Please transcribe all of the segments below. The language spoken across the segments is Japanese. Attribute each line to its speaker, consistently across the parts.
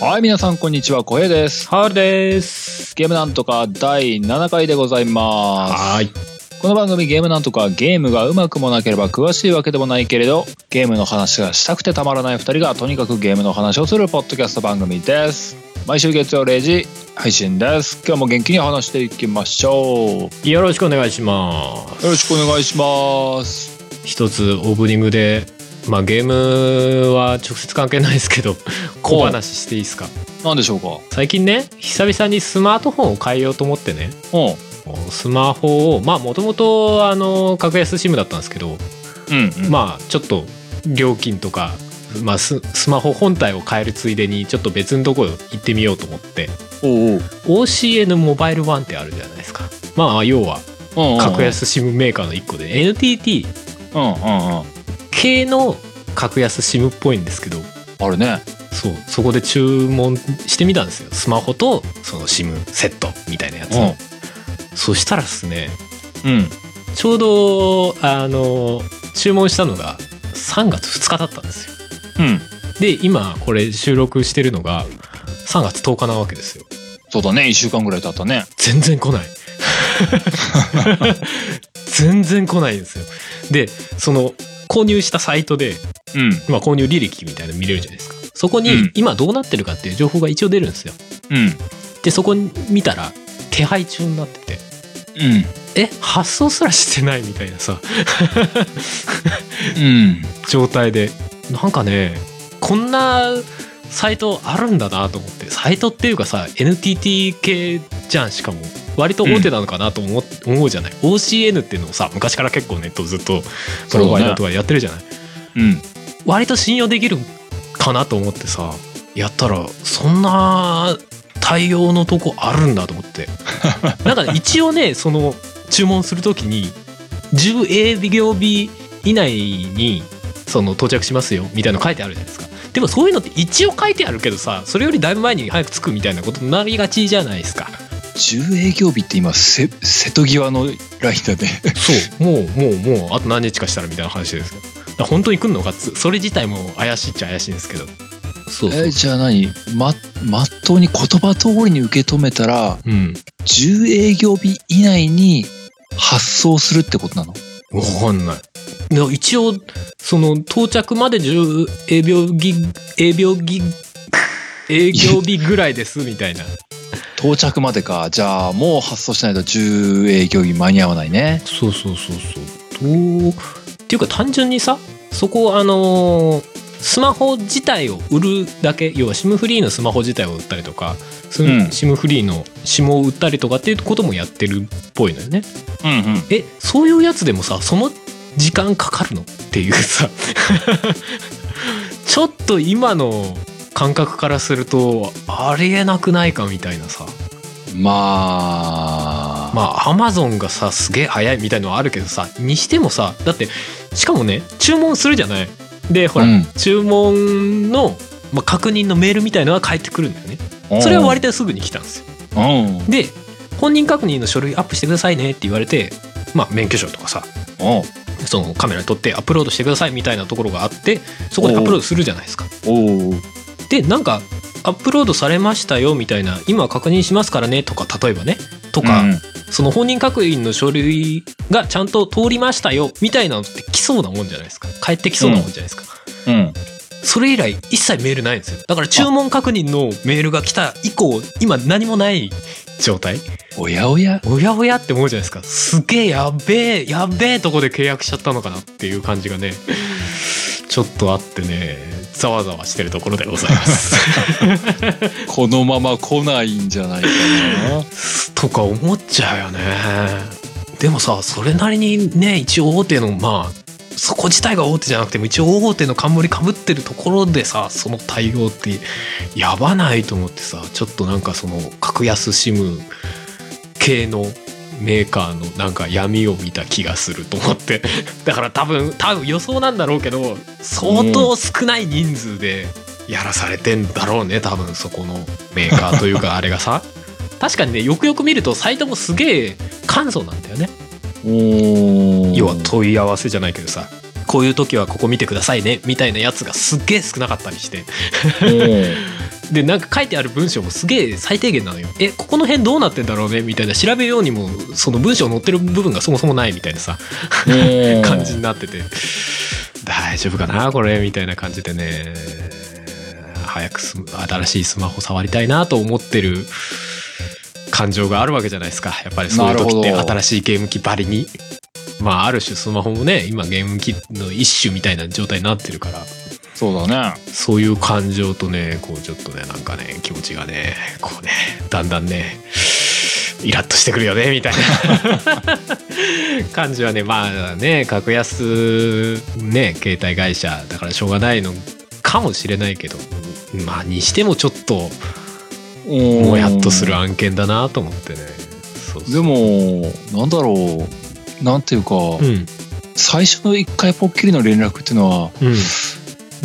Speaker 1: はい、皆さん、こんにちは。小平です。
Speaker 2: ハールです。
Speaker 1: ゲームなんとか第7回でございます。
Speaker 2: はい。
Speaker 1: この番組ゲームなんとかゲームがうまくもなければ詳しいわけでもないけれど、ゲームの話がしたくてたまらない2人がとにかくゲームの話をするポッドキャスト番組です。毎週月曜0時配信です。今日も元気に話していきましょう。
Speaker 2: よろしくお願いします。
Speaker 1: よろしくお願いします。
Speaker 2: 一つオープニングで、まあゲームは直接関係ないですけど、小話していいですか。
Speaker 1: 何でしょうか
Speaker 2: 最近ね、久々にスマートフォンを変えようと思ってね、
Speaker 1: うん。
Speaker 2: スマホを、まあもともと、あの、格安シムだったんですけど、
Speaker 1: うん、うん。
Speaker 2: まあちょっと料金とか、まあススマホ本体を変えるついでに、ちょっと別のところ行ってみようと思って、
Speaker 1: おうおう
Speaker 2: OCN モバイルワンってあるじゃないですか。まあ要は、
Speaker 1: うんうんうん。
Speaker 2: 格安 SIM メーカーの1個で NTT
Speaker 1: うんうんうん。
Speaker 2: 系の格安 SIM っぽいんですけど
Speaker 1: あるね。
Speaker 2: そうそこで注文してみたんですよスマホとその SIM セットみたいなやつ、
Speaker 1: う
Speaker 2: そしたらですね
Speaker 1: ん。うん。
Speaker 2: ちょうどあの注文したのが3月2日だったんですよ
Speaker 1: うん。
Speaker 2: で今これ収録してるのが3月10日なわけですよ
Speaker 1: そうだね。1週間ぐらい経ったね。
Speaker 2: 全 然来ない全然来ないんですよでその購入したサイトで
Speaker 1: うん。
Speaker 2: まあ、購入履歴みたいなの見れるじゃないですか。そこに
Speaker 1: うん
Speaker 2: 今どうなってるかっていう情報が一応出るんですよ。
Speaker 1: うん。
Speaker 2: で、そこに見たら手配中になってて、
Speaker 1: うん。
Speaker 2: え、発送すらしてないみたいなさ、
Speaker 1: うん。
Speaker 2: 状態で。なんかね、こんなサイトあるんだなと思って、サイトっていうかさ、NTT 系じゃん、しかも。割と大手なのかなと思,、う思うじゃない OCN っていうのをさ昔から結構ネットずっとプロバイダーとかやってるじゃない、
Speaker 1: うん。
Speaker 2: 割と信用できるかなと思ってさやったらそんな対応のとこあるんだと思って なんかね一応ねその注文するときに10営業日以内にその到着しますよみたいなの書いてあるじゃないですかでもそういうのって一応書いてあるけどさそれよりだいぶ前に早く着くみたいなことになりがちじゃないですか
Speaker 1: 10営業日って今せ瀬戸際のラインだね
Speaker 2: そうもうもうもうあと何日かしたらみたいな話ですよだから本当に来んのかっつそれ自体も怪しいっちゃ怪しいんですけどそうそう
Speaker 1: えじゃあ何ままっとうに言葉通りに受け止めたら
Speaker 2: うん
Speaker 1: 10営業日以内に発送するってことなの
Speaker 2: わかんない。でも一応、その、到着まで10営業日、営業日、営業日ぐらいです、みたいな。
Speaker 1: 到着までかじゃあもう発送しないと10営業日間に合わないね
Speaker 2: そうそうそうそう。どうっていうか単純にさ、そこ、あのースマホ自体を売るだけ、要は SIM フリーのスマホ自体を売ったりとか、ス
Speaker 1: うん
Speaker 2: SIM フリーの SIM を売ったりとかっていうこともやってるっぽいのよね。
Speaker 1: うんうん
Speaker 2: え、そういうやつでもさ、その時間かかるのっていうさ、 ちょっと今の感覚からすると、ありえなくないかみたいなさ。
Speaker 1: まあ、
Speaker 2: まあ、アマゾンがさ、すげえ早いみたいのはあるけどさ、にしてもさ、だって、しかもね、注文するじゃない。で、ほら、
Speaker 1: うん
Speaker 2: 注文の、まあ、確認のメールみたいのが返ってくるんだよね。それは割とすぐに来たんですよ。
Speaker 1: うんうん
Speaker 2: で、本人確認の書類アップしてくださいねって言われて、まあ、免許証とかさ、そのカメラに撮ってアップロードしてくださいみたいなところがあってそこでアップロードするじゃないですか。
Speaker 1: おう
Speaker 2: でなんかアップロードされましたよみたいな今確認しますからねとか例えばねと
Speaker 1: と
Speaker 2: か、
Speaker 1: うん
Speaker 2: その本人確認の書類がちゃんと通りましたよみたいなのって来そうなもんじゃないですか返ってきそうなもんじゃないですか、
Speaker 1: うん
Speaker 2: それ以来一切メールないんですよだから注文確認のメールが来た以降今何もない状態
Speaker 1: おやおや
Speaker 2: おやおやって思うじゃないですかすげえやべえやべえとこで契約しちゃったのかなっていう感じがねちょっとあってねざわざわしてるところでございます
Speaker 1: このまま来ないんじゃないかな
Speaker 2: とか思っちゃうよねでもさそれなりにね一応大手のまあそこ自体が大手じゃなくても一応大手の冠かぶってるところでさその対応ってやばないと思ってさちょっとなんかその格安シム系のメーカーのなんか闇を見た気がすると思ってだから多分多分予想なんだろうけど相当少ない人数でやらされてんだろうね多分そこのメーカーというかあれがさ確かにねよくよく見るとサイトもすげえ簡素なんだよね
Speaker 1: おー
Speaker 2: 要は問い合わせじゃないけどさこういう時はここ見てくださいねみたいなやつがすっげえ少なかったりして
Speaker 1: う
Speaker 2: でなんか書いてある文章もすげえ最低限なのよえここの辺どうなってんだろうねみたいな調べようにもその文章載ってる部分がそもそもないみたいなさ
Speaker 1: えー
Speaker 2: 感じになってて大丈夫かなこれみたいな感じでね早くす新しいスマホ触りたいなと思ってる感情があるわけじゃないですかやっぱりそういう時って
Speaker 1: なるほど
Speaker 2: 新しいゲーム機ばりにまあある種スマホもね今ゲーム機の一種みたいな状態になってるから
Speaker 1: そうだね
Speaker 2: そういう感情とねこうちょっとねなんかね気持ちがねこうねだんだんねイラッとしてくるよねみたいな感じはねまあね格安ね携帯会社だからしょうがないのかもしれないけどまあにしてもちょっとも
Speaker 1: も
Speaker 2: やっとする案件だなと思ってねそうそう
Speaker 1: でもなんだろうなんていうか、
Speaker 2: うん
Speaker 1: 最初の一回ポッキリの連絡っていうのは
Speaker 2: う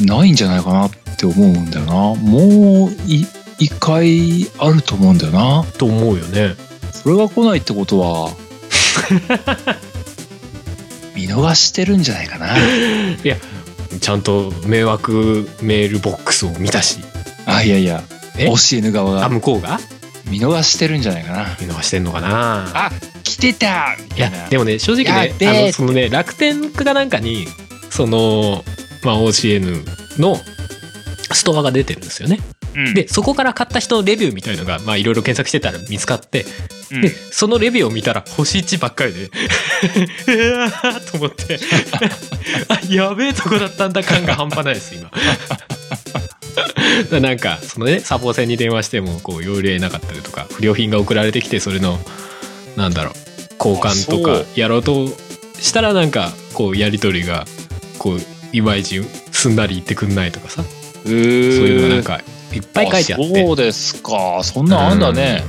Speaker 2: ん
Speaker 1: ないんじゃないかなって思うんだよなもうい一回あると思うんだよな
Speaker 2: と思うよね
Speaker 1: それが来ないってこと は見逃してるんじゃないかな
Speaker 2: ちゃんと迷惑メールボックスを見たし
Speaker 1: あいやいや
Speaker 2: え
Speaker 1: 惜しいぬ側
Speaker 2: あ
Speaker 1: が
Speaker 2: 向こうが
Speaker 1: 見逃してるんじゃないかな
Speaker 2: 見逃してんのかな
Speaker 1: あ来てたみ
Speaker 2: い
Speaker 1: たいな
Speaker 2: やでもね正直
Speaker 1: や
Speaker 2: ね
Speaker 1: っべー
Speaker 2: あのそのね楽天かなんかにその、まあ、OCN のストアが出てるんですよね
Speaker 1: うん
Speaker 2: でそこから買った人のレビューみたいのがまあいろいろ検索してたら見つかって
Speaker 1: うん
Speaker 2: でそのレビューを見たら星1ばっかりでうわーと思って あやべえとこだったんだ感が半端ないです今だから なんかそのねサポー船に電話してもこう要領得なかったりとか不良品が送られてきてそれのなんだろう交換と
Speaker 1: あそ
Speaker 2: か
Speaker 1: う
Speaker 2: やろうとしたらなんかこうやり取りがこういまいちすんなり言ってくんないとか
Speaker 1: そう
Speaker 2: さそういう
Speaker 1: い
Speaker 2: のがなんかいっぱい書いてあって
Speaker 1: そうですかそんなんあんだね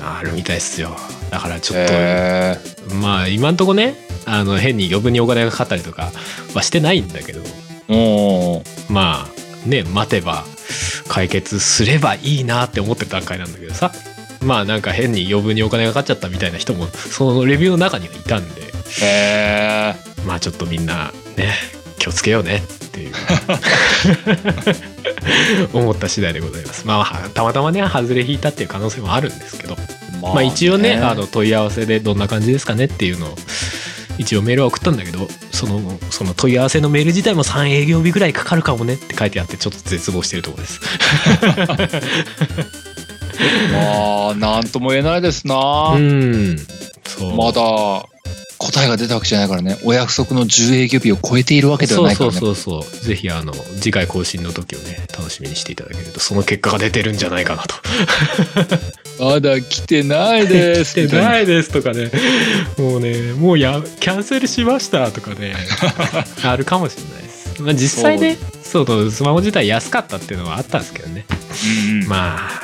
Speaker 2: うんあるみたいですよだからちょっと
Speaker 1: へえ
Speaker 2: まあ今んとこねあの変に余分にお金がかかったりとかはしてないんだけど
Speaker 1: も
Speaker 2: まあね待てば解決すればいいなって思ってる段階なんだけどさまあなんか変に余分にお金がかかっちゃったみたいな人もそのレビューの中にはいたんで
Speaker 1: うへえ
Speaker 2: まあちょっとみんなね気をつけようねっていう思った次第でございますまあたまたまね外れ引いたっていう可能性もあるんですけど
Speaker 1: ま
Speaker 2: まあ、一応ねあの問い合わせでどんな感じですかねっていうのを一応メールは送ったんだけどそのその問い合わせのメール自体も3営業日ぐらいかかるかもねって書いてあってちょっと絶望してるところです。
Speaker 1: まあなんとも言えないですな、
Speaker 2: うんそう
Speaker 1: まだ答えが出たわけじゃないからねお約束の10営業日を超えているわけでは
Speaker 2: そう
Speaker 1: ないから
Speaker 2: そう
Speaker 1: ね
Speaker 2: そうそうぜひあの次回更新の時をね楽しみにしていただけるとその結果が出てるんじゃないかなと。
Speaker 1: まだ来てないです
Speaker 2: 出てないいですとかねもうねもうやキャンセルしましたとかね あるかもしれないです。まあ、実際ねそうスマホ自体安かったっていうのはあったんですけどね。
Speaker 1: まあ
Speaker 2: まあ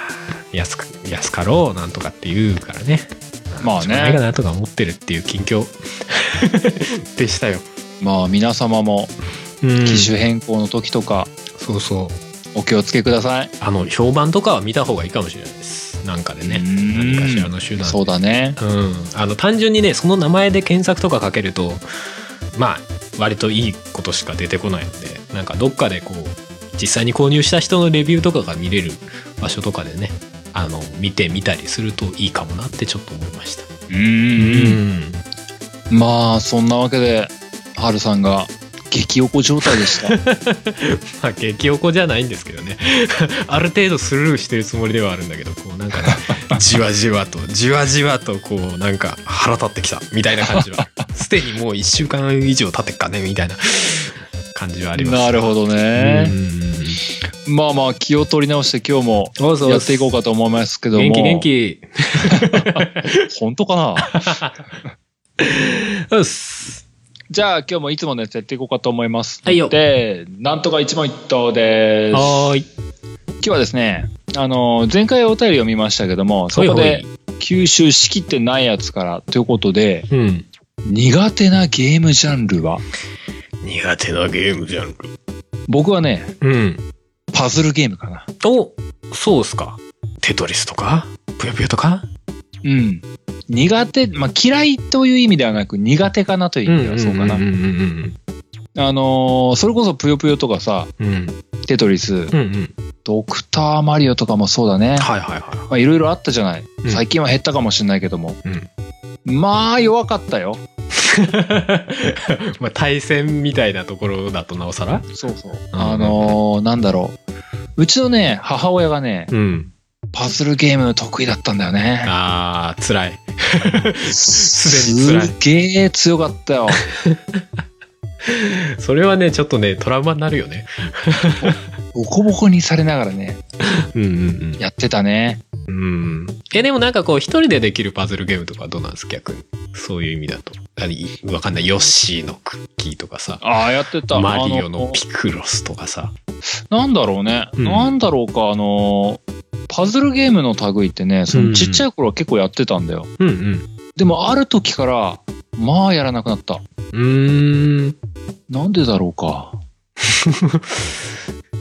Speaker 2: 安く安かろうなんとかって言うからね
Speaker 1: まあね
Speaker 2: しょうがないかなとか思ってるっていう近 況でしたよ、
Speaker 1: まあ皆様も
Speaker 2: うん
Speaker 1: 機種変更の時とか
Speaker 2: そうそう
Speaker 1: お気をつけください、
Speaker 2: あの評判とかは見た方がいいかもしれないですなんかでね
Speaker 1: うん
Speaker 2: 何かしらの手段
Speaker 1: そうだね
Speaker 2: うん、あの単純にねその名前で検索とかかけるとまあ割といいことしか出てこないのでなんかどっかでこう実際に購入した人のレビューとかが見れる場所とかでねあの見てみたりするといいかもなってちょっと思いました。
Speaker 1: う
Speaker 2: うんん
Speaker 1: まあそんなわけでハルさんが激おこ状態で した
Speaker 2: まあ激おこじゃないんですけどね ある程度スルーしてるつもりではあるんだけどこうな んかねじわじわとじわじわとこうなんか腹立ってきたみたいな感 じはすでにもう1週間以上経ってっかねみたいな感じはあります
Speaker 1: なるほどね、
Speaker 2: うん
Speaker 1: まあまあ気を取り直して今日もやっていこうかと思いますけども
Speaker 2: 元気元気
Speaker 1: 本当かな
Speaker 2: うっす
Speaker 1: じゃあ今日もいつものやつやっていこうかと思います
Speaker 2: はいよ
Speaker 1: でなんとか一問一答です
Speaker 2: はーい
Speaker 1: 今日はですねあの前回お便り読みましたけどもそこ
Speaker 2: ほいほい
Speaker 1: で吸収しきってないやつからということで
Speaker 2: うん
Speaker 1: 苦手なゲームジャンルは
Speaker 2: 苦手なゲームじゃん
Speaker 1: 僕はね
Speaker 2: うん
Speaker 1: パズルゲームかな
Speaker 2: おそうっすかテトリスとかぷよぷよとか
Speaker 1: うん苦手、まあ、嫌いという意味ではなく苦手かなという意味ではそうかな、
Speaker 2: うんうんうん
Speaker 1: あのーそれこそぷよぷよとかさ
Speaker 2: うんうん
Speaker 1: テトリス
Speaker 2: うんうん
Speaker 1: ドクターマリオとかもそうだね。
Speaker 2: はいはいは
Speaker 1: まあいろいろあったじゃない。
Speaker 2: うん
Speaker 1: 最近は減ったかもしれないけども。
Speaker 2: い。うん。
Speaker 1: まあ弱かったよ。
Speaker 2: まあ対戦みたいなところだとなおさら
Speaker 1: そうそう。あのーなんだろう。うちのね、母親がね、
Speaker 2: うん。
Speaker 1: パズルゲーム得意だったんだよね。
Speaker 2: ああ、辛い。
Speaker 1: す
Speaker 2: でに辛い
Speaker 1: げえ強かったよ。
Speaker 2: それはね、ちょっとね、トラウマになるよね。
Speaker 1: ボコボコにされながらね、
Speaker 2: うんうん
Speaker 1: やってたね。
Speaker 2: うん。うん。え、でもなんかこう、一人でできるパズルゲームとかはどうなんですか逆に。そういう意味だと。あいわかんない。ヨッシーのクッキーとかさ。
Speaker 1: ああ、やってた。
Speaker 2: マリオ
Speaker 1: あ
Speaker 2: のピクロスとかさ。
Speaker 1: なんだろうね。
Speaker 2: うん
Speaker 1: なんだろうか、あのー、パズルゲームの類ってね、そのちっちゃい頃は結構やってたんだよ。
Speaker 2: うんうん。
Speaker 1: でもある時から、まあやらなくなった。
Speaker 2: うーん。
Speaker 1: なんでだろう か。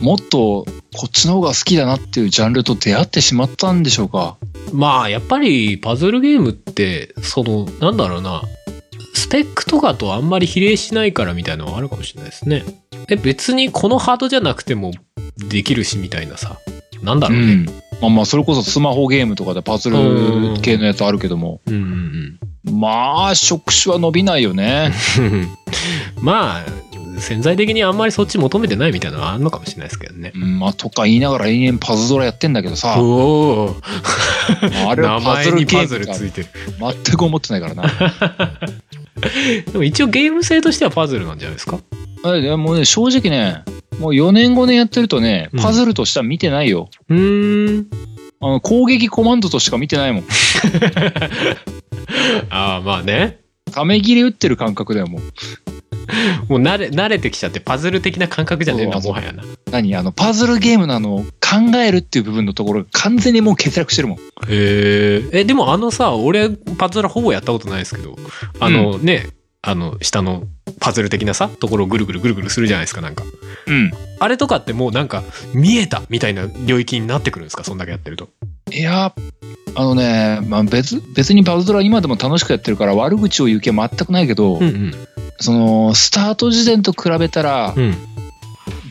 Speaker 1: もっとこっちの方が好きだなっていうジャンルと出会ってしまったんでしょうか。
Speaker 2: まあ、やっぱりパズルゲームって、その、なんだろうな。スペックとかとあんまり比例しないからみたいなのはあるかもしれないですね。え、別にこのハードじゃなくてもできるしみたいなさ。なんだ
Speaker 1: う
Speaker 2: ろうね。
Speaker 1: ん。まあまあ、それこそスマホゲームとかでパズル系のやつあるけども、
Speaker 2: うんうんうん。
Speaker 1: まあ、触手は伸びないよね。
Speaker 2: まあ潜在的にあんまりそっち求めてないみたいなのはあるのかもしれないですけどね。
Speaker 1: うん、まあ、とか言いながら延々パズドラやってんだけどさ、
Speaker 2: おお
Speaker 1: あれ
Speaker 2: 名
Speaker 1: はパ
Speaker 2: 前
Speaker 1: ズル
Speaker 2: に
Speaker 1: ゲ
Speaker 2: パ
Speaker 1: ー
Speaker 2: ズ
Speaker 1: ム
Speaker 2: ル
Speaker 1: か
Speaker 2: ついてる。
Speaker 1: 全く思ってないからな。
Speaker 2: でも一応ゲーム性としてはパズルなんじゃないですか
Speaker 1: えでもね、正直ね、もう4年5年やってるとね、パズルとしては見てないよ。
Speaker 2: うーん。
Speaker 1: あの攻撃コマンドとしか見てないもん。
Speaker 2: ああまあね。
Speaker 1: ため切り打ってる感覚だよ、もう。
Speaker 2: もう慣れ慣れてきちゃってパズル的な感覚じゃねえんだ
Speaker 1: そ
Speaker 2: も
Speaker 1: うそ
Speaker 2: はやな。へ
Speaker 1: 何あの、パズルゲームのあの、考えるっていう部分のところが完全にもう欠落してるもん。
Speaker 2: え。えでもあのさ俺パズルほぼやったことないですけどあの、ねあの下のパズル的なさところをぐるぐるぐるぐるするじゃないですかなんか。
Speaker 1: うん。
Speaker 2: あれとかってもうなんか見えたみたいな領域になってくるんですかそんだけやってると。
Speaker 1: いや、あのね、まあ、別、別にパズドラは今でも楽しくやってるから悪口を言う気は全くないけど、
Speaker 2: うん
Speaker 1: その、スタート時点と比べたら、
Speaker 2: うん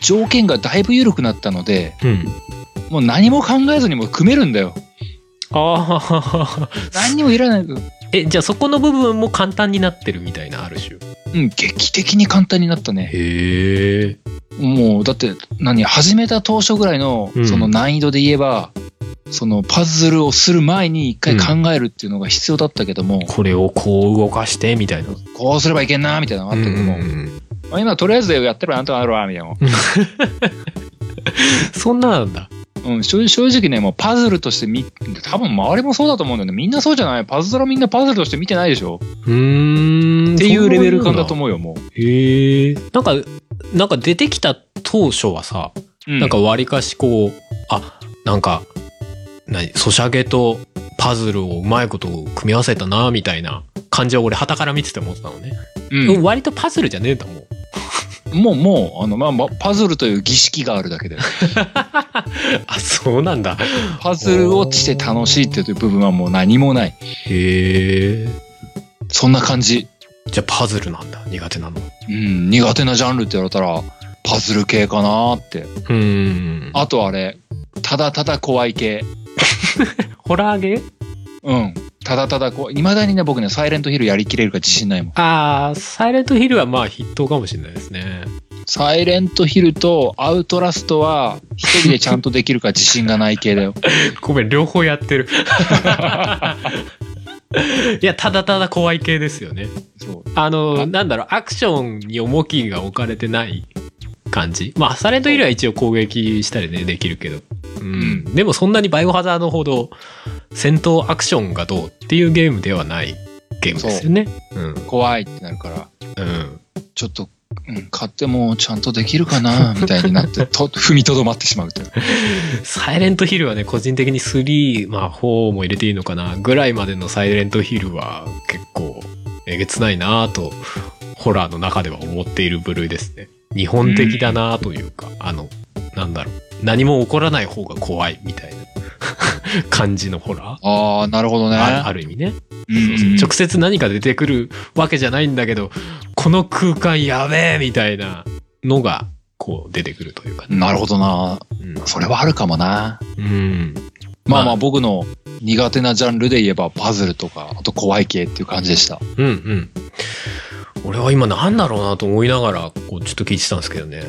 Speaker 1: 条件がだいぶ緩くなったので、
Speaker 2: うん。
Speaker 1: もう何も考えずにもう組めるんだよ。
Speaker 2: ああ
Speaker 1: 何にもいらない。
Speaker 2: えじゃあそこの部分も簡単になってるみたいなある種。
Speaker 1: うん、劇的に簡単になったね。
Speaker 2: へえ。
Speaker 1: もう、だって、何、始めた当初ぐらいの
Speaker 2: う、ん
Speaker 1: その難易度で言えば、そのパズルをする前に一回考えるっていうのが必要だったけども、
Speaker 2: これをこう動かしてみたいな。
Speaker 1: こうすればいけんな、みたいなのがあったけども、まあ今とりあえずやってればなんとかなるわ、みたいな。
Speaker 2: そんななんだ。
Speaker 1: うん、正正直ね、もうパズルとしてみ、多分周りもそうだと思うんだよね。みんなそうじゃないパズドラみんなパズルとして見てないでしょ
Speaker 2: うーん。
Speaker 1: っていうレベル感だと思うよ、も
Speaker 2: う。へえ。なんかなんか出てきた当初はさ、
Speaker 1: う。な
Speaker 2: なんか、わりかしこうあなんか何ソシャゲとパズルをうまいこと組み合わせたなみたいな感じを俺旗から見てて思ってたのね、
Speaker 1: うん、
Speaker 2: 割とパズルじゃねえんだもん
Speaker 1: もう、もう、あの、まあまあ、パズルという儀式があるだけで。
Speaker 2: あそうなんだ
Speaker 1: パズルをして楽しいっていう部分はもう何もない。
Speaker 2: へえ
Speaker 1: そんな感じ。
Speaker 2: じゃあパズルなんだ苦手なの
Speaker 1: うん、苦手なジャンルって言われたら、パズル系かなーって。
Speaker 2: うん
Speaker 1: あとあれ、ただただ怖い系。
Speaker 2: ホラーゲー
Speaker 1: うん。ただただ怖い。未だにね、僕ね、サイレントヒルやりきれるか自信ないもん。
Speaker 2: あーサイレントヒルはまあ筆頭かもしれないですね
Speaker 1: サイレントヒルとアウトラストは一人でちゃんとできるか自信がない系だよ。
Speaker 2: ごめん両方やってる いやただただ怖い系ですよね
Speaker 1: そう。
Speaker 2: あの
Speaker 1: あ
Speaker 2: なんだろうアクションに重きが置かれてない感じまあサイレントヒルは一応攻撃したりねできるけどうんでもそんなにバイオハザードほど戦闘アクションがどうっていうゲームではないゲームですよねうん
Speaker 1: 怖いってなるから、
Speaker 2: うん
Speaker 1: ちょっと、うん、買ってもちゃんとできるかなみたいになって、と、踏みとどまってしまうという。
Speaker 2: サイレントヒルはね個人的に3まあ4も入れていいのかなぐらいまでのサイレントヒルは結構えげつないなぁとホラーの中では思っている部類ですね日本的だなぁというか、あのなんだろう何も起こらない方が怖いみたいな 感じのホラー
Speaker 1: ああ、なるほどね。
Speaker 2: あある意味ね、
Speaker 1: うん
Speaker 2: そうそう直接何か出てくるわけじゃないんだけどこの空間やべえみたいなのがこう出てくるというかね、
Speaker 1: なるほどな。
Speaker 2: うん
Speaker 1: それはあるかもな。
Speaker 2: うん
Speaker 1: まあま
Speaker 2: ま
Speaker 1: あ
Speaker 2: あ
Speaker 1: 僕の苦手なジャンルで言えばパズルとか、あと怖い系っていう感じでした。
Speaker 2: うんうん俺は今なんだろうなと思いながらこうちょっと聞いてたんですけどね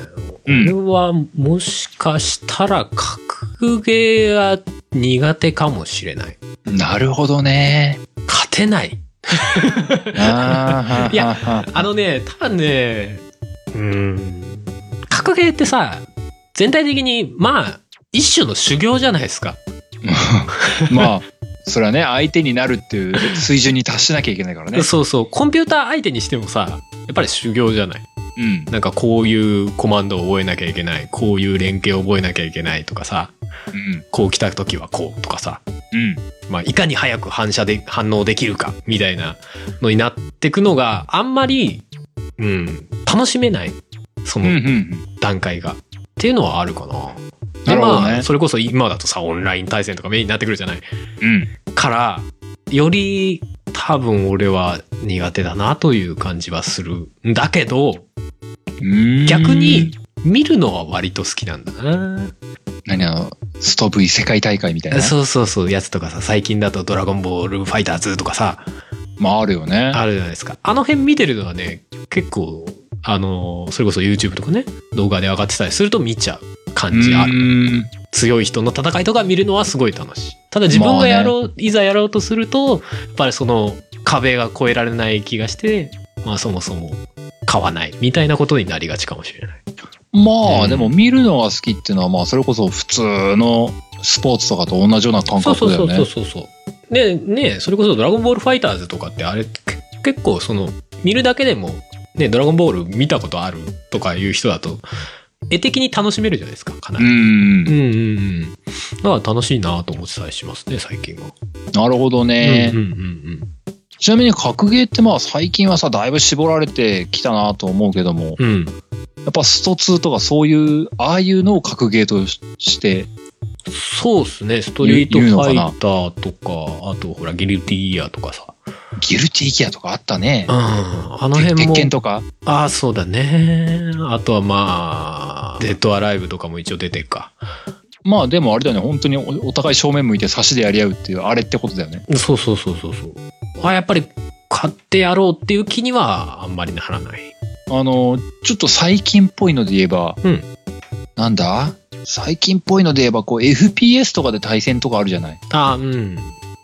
Speaker 1: うん
Speaker 2: これはもしかしたら格ゲーが苦手かもしれない
Speaker 1: なるほどね。
Speaker 2: 勝てない
Speaker 1: あ
Speaker 2: いや
Speaker 1: や
Speaker 2: あのね多分ねうん格ゲーってさ全体的にまあ一種の修行じゃないですか
Speaker 1: まあ、それはね、相手になるっていう水準に達しなきゃいけないからね。
Speaker 2: そうそうコンピューター相手にしてもさやっぱり修行じゃない
Speaker 1: うん。
Speaker 2: なんかこういうコマンドを覚えなきゃいけないこういう連携を覚えなきゃいけないとかさ
Speaker 1: うん。
Speaker 2: こう来た時はこうとかさ、
Speaker 1: うん。
Speaker 2: まあ、いかに早く反射で反応できるかみたいなのになってくのがあんまり、うん、楽しめないそ
Speaker 1: うん。う
Speaker 2: の
Speaker 1: ん。
Speaker 2: 段階が、っていうのはあるかな。
Speaker 1: な
Speaker 2: で
Speaker 1: るほど
Speaker 2: ま
Speaker 1: ね
Speaker 2: あ。それこそ今だとさオンライン対戦とかメインになってくるじゃない
Speaker 1: うん。
Speaker 2: からより多分俺は苦手だなという感じはするんだけど
Speaker 1: うーん
Speaker 2: 逆に、見るのは割と好きなんだな。
Speaker 1: 何あの、ストブイ世界大会みたいな。
Speaker 2: そうそうそう、やつとかさ、最近だとドラゴンボールファイターズとかさ、
Speaker 1: まああるよね。
Speaker 2: あるじゃないですか。あの辺見てるのはね、結構、あの、それこそ YouTube とかね、動画で上がってたりすると見ちゃう
Speaker 1: うー
Speaker 2: 感じある。
Speaker 1: ん。
Speaker 2: 強い人の戦いとか見るのはすごい楽しい。ただ自分がやろう、いざやろうとすると、やっぱりその壁が越えられない気がして、まあそもそも買わないみたいなことになりがちかもしれない。
Speaker 1: ま
Speaker 2: う
Speaker 1: あ、
Speaker 2: ん
Speaker 1: でも見るのが好きっていうのは、まあ、それこそ普通のスポーツとかと同じような感
Speaker 2: そうそ
Speaker 1: 覚
Speaker 2: う
Speaker 1: だ
Speaker 2: そ
Speaker 1: よ
Speaker 2: うそう
Speaker 1: ね。
Speaker 2: そうそう。ねねそれこそ「ドラゴンボールファイターズ」とかってあれけ結構その見るだけでも「ねドラゴンボール」見たことあるとかいう人だと絵的に楽しめるじゃないですかかな
Speaker 1: う
Speaker 2: り。
Speaker 1: ん
Speaker 2: う。んうんうん、だから楽しいなと思ってたりしますね最近は。
Speaker 1: なるほどね。
Speaker 2: うんうんうん
Speaker 1: ちなみに格ゲーってまあ最近はさだいぶ絞られてきたなと思うけども
Speaker 2: うんうん、
Speaker 1: やっぱスト2とかそういうああいうのを格ゲーとしして
Speaker 2: そうっすねストリート
Speaker 1: 言う言うの
Speaker 2: フ
Speaker 1: か
Speaker 2: ァイ
Speaker 1: な
Speaker 2: ターとかあとほらギルティギアとかさ、
Speaker 1: ギルティギアとかあったね
Speaker 2: うん、。あの
Speaker 1: 鉄
Speaker 2: 辺も
Speaker 1: 拳とか
Speaker 2: ああそうだねあとはまあ「デッド・アライブ」とかも一応出てるか
Speaker 1: まあでもあれだよね本当におお互い正面向いて差しでやり合うっていうあれってことだよね。
Speaker 2: そうそうそうそうそう。あ、やっぱり買ってやろうっていう気にはあんまりならない。
Speaker 1: あのちょっと最近っぽいので言えば、
Speaker 2: うん
Speaker 1: なんだ最近っぽいので言えばこう FPS とかで対戦とかあるじゃない
Speaker 2: あ、うん。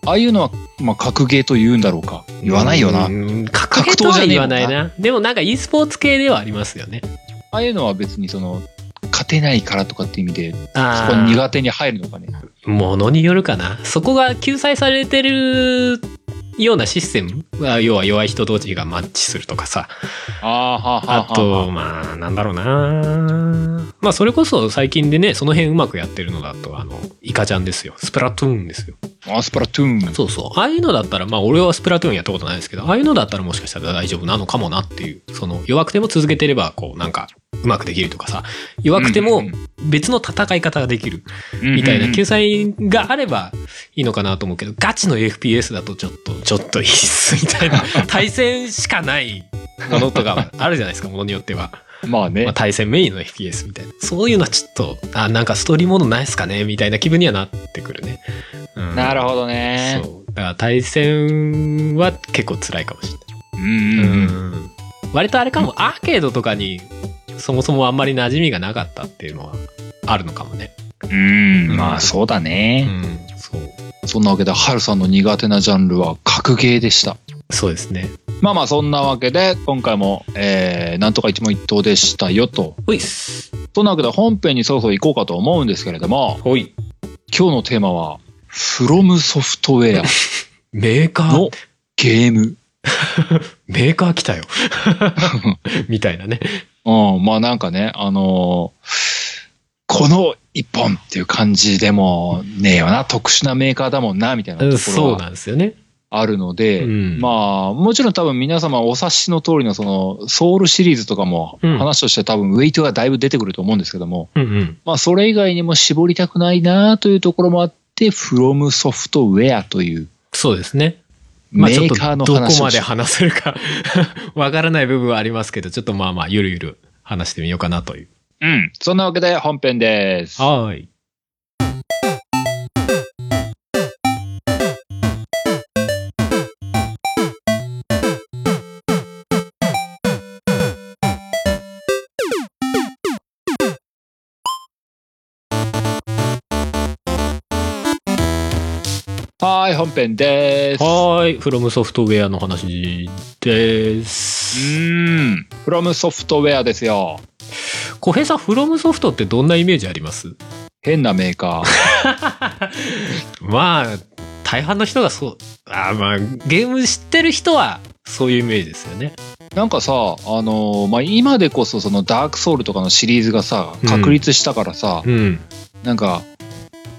Speaker 1: ああいうのは、まあ、格ゲーと言うんだろうか言わないよな、
Speaker 2: う
Speaker 1: あ
Speaker 2: ん。格
Speaker 1: 格闘
Speaker 2: 闘とは
Speaker 1: じゃねえ
Speaker 2: 言
Speaker 1: も
Speaker 2: わ
Speaker 1: んな
Speaker 2: ないな。でもなんか e スポーツ系ではありますよね。
Speaker 1: あいうのは別にその勝てないからとかって意味でそ
Speaker 2: あ
Speaker 1: こに
Speaker 2: あ。
Speaker 1: 苦手に入るのかね。
Speaker 2: ものによるかな。そこが救済されてるようなシステムあ要は弱い人同士がマッチするとかさ。
Speaker 1: あーはーは
Speaker 2: あ
Speaker 1: ーはー
Speaker 2: と、まあ、なんだろうな。まあ、それこそ最近でね、その辺うまくやってるのだと、あの、イカちゃんですよ。スプラトゥーンですよ。
Speaker 1: あスプラトゥーン。
Speaker 2: そうそう。ああいうのだったら、まあ俺はスプラトゥーンやったことないですけど、ああいうのだったらもしかしたら大丈夫なのかもなっていう、その弱くても続けてれば、こうなんか、うまくできるとかさ、弱くて
Speaker 1: うん
Speaker 2: も
Speaker 1: うん
Speaker 2: 別の戦い方ができるみたいな救済があればいいのかなと思うけど、ガチの FPS だとちょっと、 ちょっといいっすみた いな、対戦しかないものとかあるじゃないですか、ものによっては。
Speaker 1: まあね、
Speaker 2: まあ、対戦メインの FPS みたいな。そういうのはちょっと、あ、なんかストーリーものないっすかねみたいな気分にはなってくるね。うん
Speaker 1: なるほどね。
Speaker 2: そうだから対戦は結構辛いかもし
Speaker 1: うん
Speaker 2: れ
Speaker 1: う
Speaker 2: ない、
Speaker 1: んうん。
Speaker 2: うん割とあれかもアーケードとかにそもそもあんまり馴染みがなかったっていうのはあるのかもね、
Speaker 1: うん、
Speaker 2: うん
Speaker 1: まあそうだ
Speaker 2: う
Speaker 1: ね、
Speaker 2: ん、そう
Speaker 1: そんなわけで、ハルさんの苦手なジャンルは格ゲーでした。
Speaker 2: そうですね
Speaker 1: まあまあそんなわけで、今回も、えー、なんとか一問一答でしたよと。
Speaker 2: ほいっす
Speaker 1: そんなわけで本編にそろそろ行こうかと思うんですけれども、
Speaker 2: ほい
Speaker 1: 今日のテーマは、from ソフトウェ
Speaker 2: メーカ
Speaker 1: ア
Speaker 2: ー
Speaker 1: のゲーム。
Speaker 2: メーカー来 たよみたいなね
Speaker 1: うん、まあなんかね、あのーこの一本っていう感じでもねえよな、特殊なメーカーだもんな、みたいなとこ
Speaker 2: そ
Speaker 1: ろ
Speaker 2: う
Speaker 1: が
Speaker 2: なんですよね、
Speaker 1: あるので、
Speaker 2: うん、あ
Speaker 1: まあ、もちろん多分皆様お察しの通りのそのソウルシリーズとかも
Speaker 2: うん
Speaker 1: 話として多分ウェイトがだいぶ出てくると思うんですけども、
Speaker 2: うんうん
Speaker 1: まあそれ以外にも絞りたくないなというところもあって、from ソフトウェアという
Speaker 2: そうですねまあ
Speaker 1: メ
Speaker 2: ちょっ
Speaker 1: ー
Speaker 2: と
Speaker 1: カーの
Speaker 2: どこ
Speaker 1: 話を
Speaker 2: ま
Speaker 1: し
Speaker 2: で
Speaker 1: て
Speaker 2: 話せるか わからない部分はありますけどちょっとまあまあゆるゆる話してみようかなという
Speaker 1: うん。そんなわけで本編です。
Speaker 2: はい
Speaker 1: はい本編です
Speaker 2: はーい、フロムソフトウェアの話で
Speaker 1: う
Speaker 2: す。
Speaker 1: ーんフロムソフトウェアですよ
Speaker 2: 小平さん、フロムソフトってどんなイメージあります
Speaker 1: 変なメーカ ー
Speaker 2: まあ、大半の人がそう、あーまあ、ゲーム知ってる人はそういうイメージですよね。
Speaker 1: なんかさあのーまあ、今でこそそのダークソウルとかのシリーズがさ確立したからさ、
Speaker 2: うん。
Speaker 1: なんか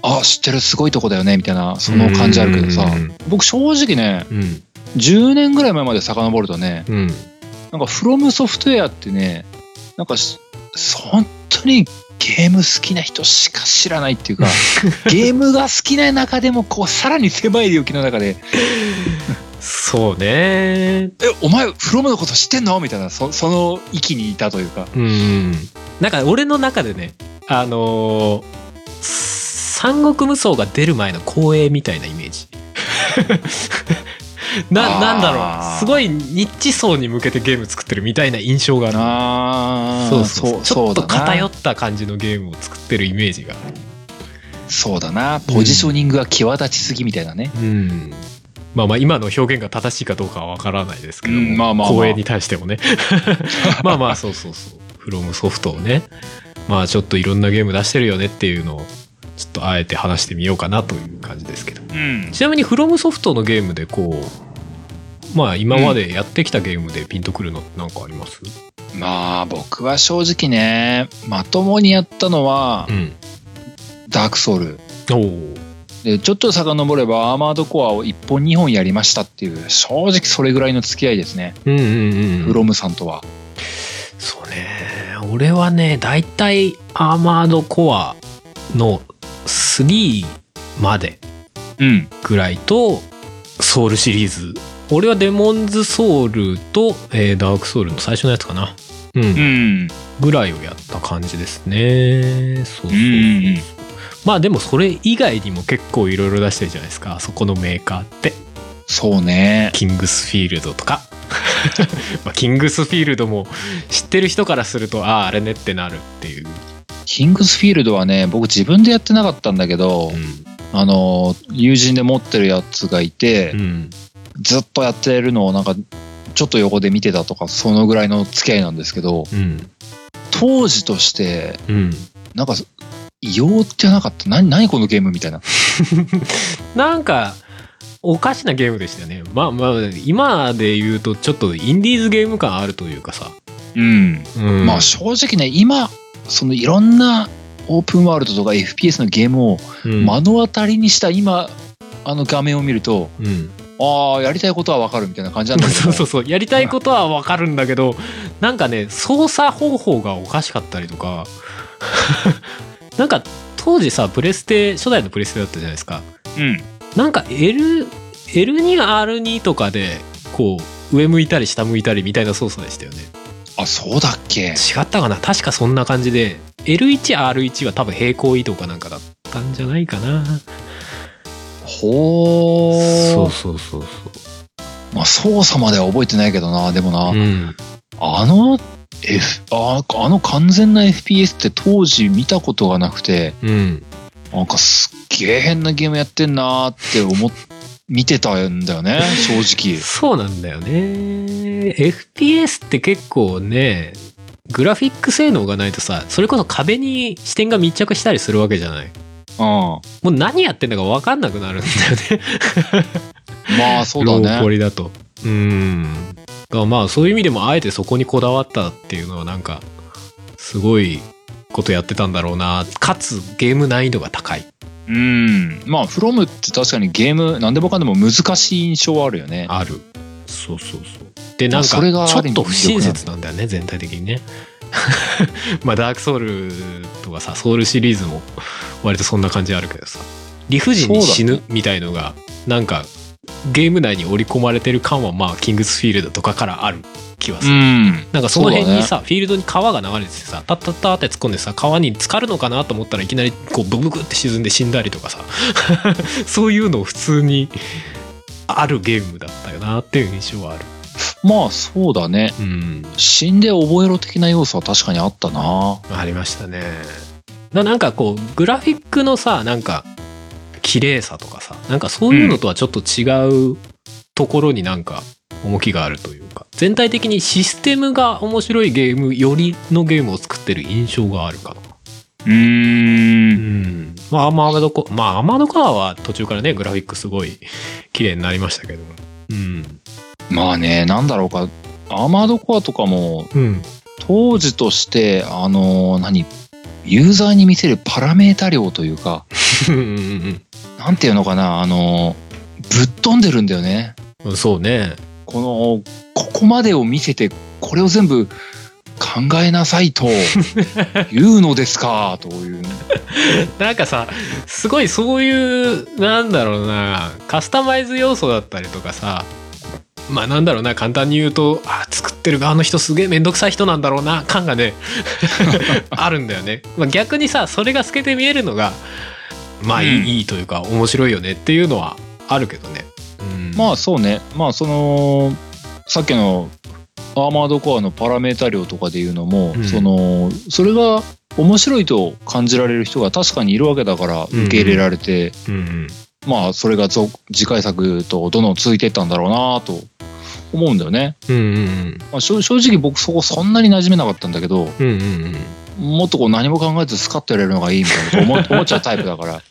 Speaker 1: あ知ってるすごいとこだよねみたいなその感じあるけどさ僕正直ね
Speaker 2: うん。
Speaker 1: 10年ぐらい前まで遡るとね
Speaker 2: うん。
Speaker 1: なんかフロムソフトウェアってねなんかし本当にゲーム好きな人しか知らないっていう かゲームが好きな中でもこうさらに狭い領域の中で
Speaker 2: そうね。
Speaker 1: 「えお前フロムのこと知ってんの?」みたいなそその域にいたというか
Speaker 2: うん。なんか、俺の中でね、あのー三国無双が出る前の光栄みたいなイメージ。 な、
Speaker 1: あー
Speaker 2: なんだろう。すごいニッチ層に向けてゲーム作ってるみたいな印象がある。
Speaker 1: あー
Speaker 2: そうそうそう。ちょっと偏
Speaker 1: っ
Speaker 2: った感じのゲームを作ってるイメージがある。
Speaker 1: そうだなポジショニングが際立ちすぎみたいなね、
Speaker 2: うん。まあまあ今の表現が正しいかどうかはわからないですけども、
Speaker 1: うんまあまあまあ
Speaker 2: 光栄に対しても ね。まあまあそうそうそう。フロムソフトをね。まあちょっといろんなゲーム出してるよねっていうのを、ちょっとあえて話してみようかなという感じですけど。
Speaker 1: うん
Speaker 2: ちなみにフロムソフトのゲームでこう、まあ今までやってきたゲームでピンとくるのってなんかあります
Speaker 1: まあ僕は正直ねまともにやったのは
Speaker 2: うん。
Speaker 1: ダークソウル
Speaker 2: おお。
Speaker 1: でちょっと遡ればアーマードコアを1本2本やりましたっていう正直それぐらいの付き合いですね、
Speaker 2: うんうんうん。
Speaker 1: フロムさんとは
Speaker 2: そうね俺はね大体アーマードコアの3まで
Speaker 1: うん
Speaker 2: ぐらいとソウルシリーズ俺はデモンズソウルと、えーダークソウルの最初のやつかなうん、
Speaker 1: うん
Speaker 2: ぐらいをやった感じですねそうそう
Speaker 1: う
Speaker 2: そう、
Speaker 1: ん
Speaker 2: まあでもそれ以外にも結構いろいろ出してるじゃないですかそこのメーカーって
Speaker 1: そうね
Speaker 2: キングスフィールド とかまあキングスフィールドも知ってる人からするとあああれねってなるっていう
Speaker 1: キングスフィールドはね僕自分でやってなかったんだけど、あの友人で持ってるやつがいて、
Speaker 2: うん、
Speaker 1: ずっとやってるのをなんかちょっと横で見てたとかそのぐらいの付き合いなんですけど
Speaker 2: うん、
Speaker 1: 当時として
Speaker 2: うん。
Speaker 1: なんか異様ってなかった何何このゲームみたいな
Speaker 2: なんか、おかしなゲームでしたね。まあまあ、今で言うと、ちょっとインディーズゲーム感あるというかさ。
Speaker 1: うん
Speaker 2: うん
Speaker 1: まあ正直ね今そのいろんなオープンワールドとか FPS のゲームを
Speaker 2: うん
Speaker 1: 目の当たりにした今あの画面を見ると
Speaker 2: うん、
Speaker 1: ああやりたいことはわかるみたいな感じなんだけど
Speaker 2: そうそうそう。やりたいことはわかるんだけど、なんかね、操作方法がおかしかったりとか、 なんか、当時さ、プレステ、初代のプレステだったじゃないですか。
Speaker 1: うん
Speaker 2: なんか L、L2、R2 とかで、こう、上向いたり下向いたりみたいな操作でしたよね。
Speaker 1: あそうだっけ
Speaker 2: 違ったかな確かそんな感じで L1R1 は多分平行移動かなんかだったんじゃないかな
Speaker 1: ほー
Speaker 2: そうそうそう
Speaker 1: まあ、操作までは覚えてないけどなでもな、
Speaker 2: そううん
Speaker 1: あの F あーあの完全な FPS って当時見たことがなくて
Speaker 2: うん
Speaker 1: なんかすっげえ変なゲームやってんなーって思っ見てたんだよ ね正直
Speaker 2: そうなんだよね FPS って結構ねグラフィック性能がないとさそれこそ壁に視点が密着したりするわけじゃない
Speaker 1: うん
Speaker 2: もう何やってんだか分かんなくなるんだよね
Speaker 1: まあそうだ
Speaker 2: ローポ
Speaker 1: ね。
Speaker 2: リだとうんだからまあそういう意味でもあえてそこにこだわったっていうのはなんかすごいことやってたんだろうなかつゲーム難易度が高い
Speaker 1: うん。まあ、フロムって確かにゲーム、何でもかんでも難しい印象はあるよね。
Speaker 2: あるそうそうそうでなんかち
Speaker 1: それが
Speaker 2: ょ
Speaker 1: ある
Speaker 2: っ
Speaker 1: 意味
Speaker 2: と不親切なんだよね全体的にね まあダークソウルとかさソウルシリーズも割とそんな感じあるけどさ理不尽に死
Speaker 1: そう
Speaker 2: ぬみたいのがなんかゲーム内に織り込まれてる感はまあキングスフィールドとかからある気はす
Speaker 1: う
Speaker 2: る
Speaker 1: ん。
Speaker 2: なんかその辺にさ、フィールドに川が流れててさタッタッタって突っ込んでさ川に浸かるのかなと思ったらいきなりこうブブブって沈んで死んだりとかさ そういうのを普通にあるゲームだったよなっていう印象はある
Speaker 1: まあ、そうだね。
Speaker 2: うん
Speaker 1: 死んで覚えろ的な要素は確かにあったな。
Speaker 2: ありましたねななんかこうグラフィックのさなんか綺麗さとかさなんかそういうのとはちょっと違うところになんか重きがあるというか全体的にシステムが面白いゲームよりのゲームを作ってる印象があるかな。
Speaker 1: うーん。
Speaker 2: まあ、アーマードコア、まあ、アーマードコアは途中からね、グラフィックすごい綺麗になりましたけど。うん。
Speaker 1: まあね、なんだろうか、アーマードコアとかも、
Speaker 2: うん。
Speaker 1: 当時として、あのー何、ユーザーに見せるパラメータ量というか、
Speaker 2: うん
Speaker 1: なんていうのかな、あのーぶっ飛んでるんだよね。
Speaker 2: うん。そうね。
Speaker 1: この、ここまでを見せて、これを全部考えなさいと、言うのですか、という。
Speaker 2: なんかさ、すごいそういう、なんだろうな、カスタマイズ要素だったりとかさ、まあなんだろうな、簡単に言うと、あ、作ってる側の人すげえめんどくさい人なんだろうな、感が ね、あるんだよね。まあ、逆にさ、それが透けて見えるのが、まあいい,、
Speaker 1: うん
Speaker 2: いいというか、面白いよねっていうのはあるけどね。うん、
Speaker 1: まあそうね、まあその、さっきのアーマードコアのパラメータ量とかでいうのも、
Speaker 2: うん
Speaker 1: その、それが面白いと感じられる人が確かにいるわけだから
Speaker 2: うん
Speaker 1: 受け入れられて、
Speaker 2: うんうん、
Speaker 1: まあそれが続次回作とどんどん続いていったんだろうなと思うんだよね。
Speaker 2: うんうん
Speaker 1: まあ、正正直僕そこそんなに馴染めなかったんだけど、
Speaker 2: うんうんうんうんま
Speaker 1: もっとこう何も考えずスカッとやれるのがいいみたいなこと思 思っちゃうタイプだから。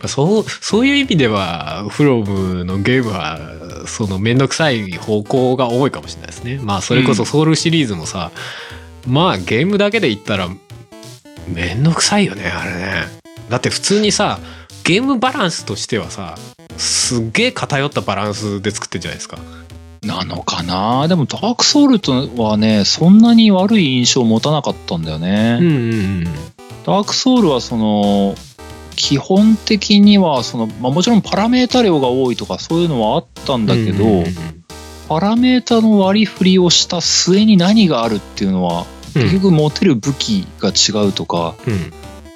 Speaker 2: あそうそういう意味ではフロムのゲームはその面倒くさい方向が多いかもしれないですねまあそれこ
Speaker 1: う
Speaker 2: そ
Speaker 1: ん
Speaker 2: ソウルシリーズもさ、まあゲームだけで言ったら面倒くさいよねあれねだって普通にさゲームバランスとしてはさすっげえ偏ったバランスで作ってるじゃないですか
Speaker 1: なのかなでもダークソウルとはね、そんなに悪い印象を持たなかったんだよね。
Speaker 2: うんうん
Speaker 1: ダークソウルはその基本的にはその、まあ、もちろんパラメータ量が多いとかそういうのはあったんだけど、パラメータの割り振りをした末に何があるっていうのは
Speaker 2: うん
Speaker 1: 結局持てる武器が違うとか、
Speaker 2: うん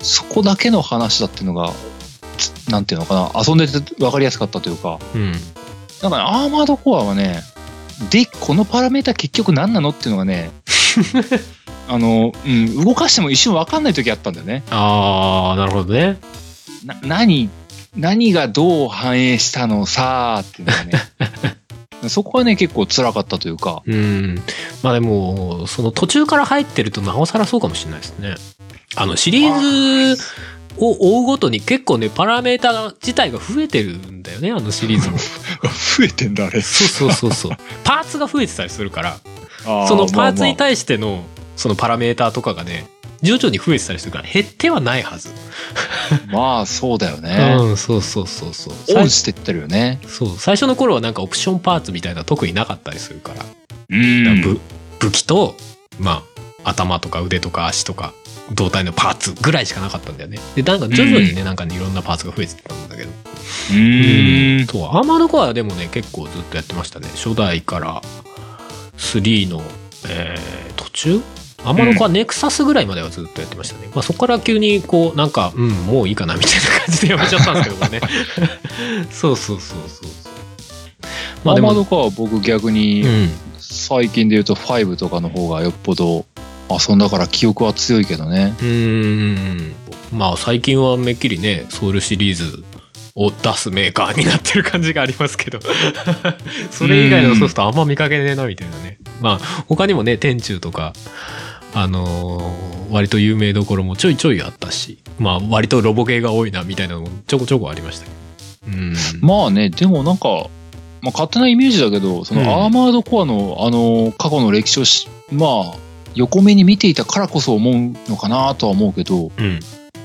Speaker 1: そこだけの話だっていうのがつなんていうのかな遊んでて分かりやすかったというか
Speaker 2: うん
Speaker 1: だからアーマードコアはねでこのパラメータ結局何なのっていうのが ねあの、うん、動かしても一瞬分かんない時あったんだよね。
Speaker 2: ああなるほどね
Speaker 1: な何何がどう反映したのさーっていうのが ねそこはね結構辛かったというか
Speaker 2: うんまあでもその途中から入ってるとなおさらそうかもしれないですねあのシリーズを追うごとに結構ねパラメーター自体が増えてるんだよねあのシリー ズも
Speaker 1: 増えてんだあれ
Speaker 2: そうそうそうそうパーツが増えてたりするからそのパーツに対してのそのパラメーターとかがね徐々に増えてたりするから減ってはないはず、
Speaker 1: まあ、まあまあそうだよね
Speaker 2: うんそうそうそうそう
Speaker 1: オ
Speaker 2: 最
Speaker 1: ンしてってるよね
Speaker 2: そう最初の頃はなんかオプションパーツみたいな特になかったりするから
Speaker 1: う
Speaker 2: 武武器と、まあ、頭とか腕とか足とか胴体のパーツぐらいしかなかったんだよねでなんか徐々にね、なんかねいろんなパーツが増えてったんだけど
Speaker 1: うん
Speaker 2: そうアーマードコアでもね結構ずっとやってましたね初代から3の、えー途中アーマードコアネクサスぐらいまではずっとやってましたね、まあ、そこから急にこうなんかうんもういいかなみたいな感じでやめちゃったんですけ どねそうそうそうそうそう
Speaker 1: ア
Speaker 2: まあ
Speaker 1: ー
Speaker 2: でも
Speaker 1: マードカーは僕逆に
Speaker 2: うん
Speaker 1: 最近で言うと5とかの方がよっぽど遊んだから記憶は強いけどね
Speaker 2: うーんまあ最近はめっきりねソウルシリーズを出すメーカーになってる感じがありますけど それ以外のソフトあんま見かけねえなみたいなねまあ他にもね天柱とかあのー割と有名どころもちょいちょいあったしまあ割とロボゲーが多いなみたいなのもちょこちょこありましたけどうん
Speaker 1: まあねでもなんか、まあ、勝手なイメージだけどそ
Speaker 2: うん
Speaker 1: のアーマードコアの、あの過去の歴史をしまあ横目に見ていたからこそ思うのかなとは思うけど
Speaker 2: うん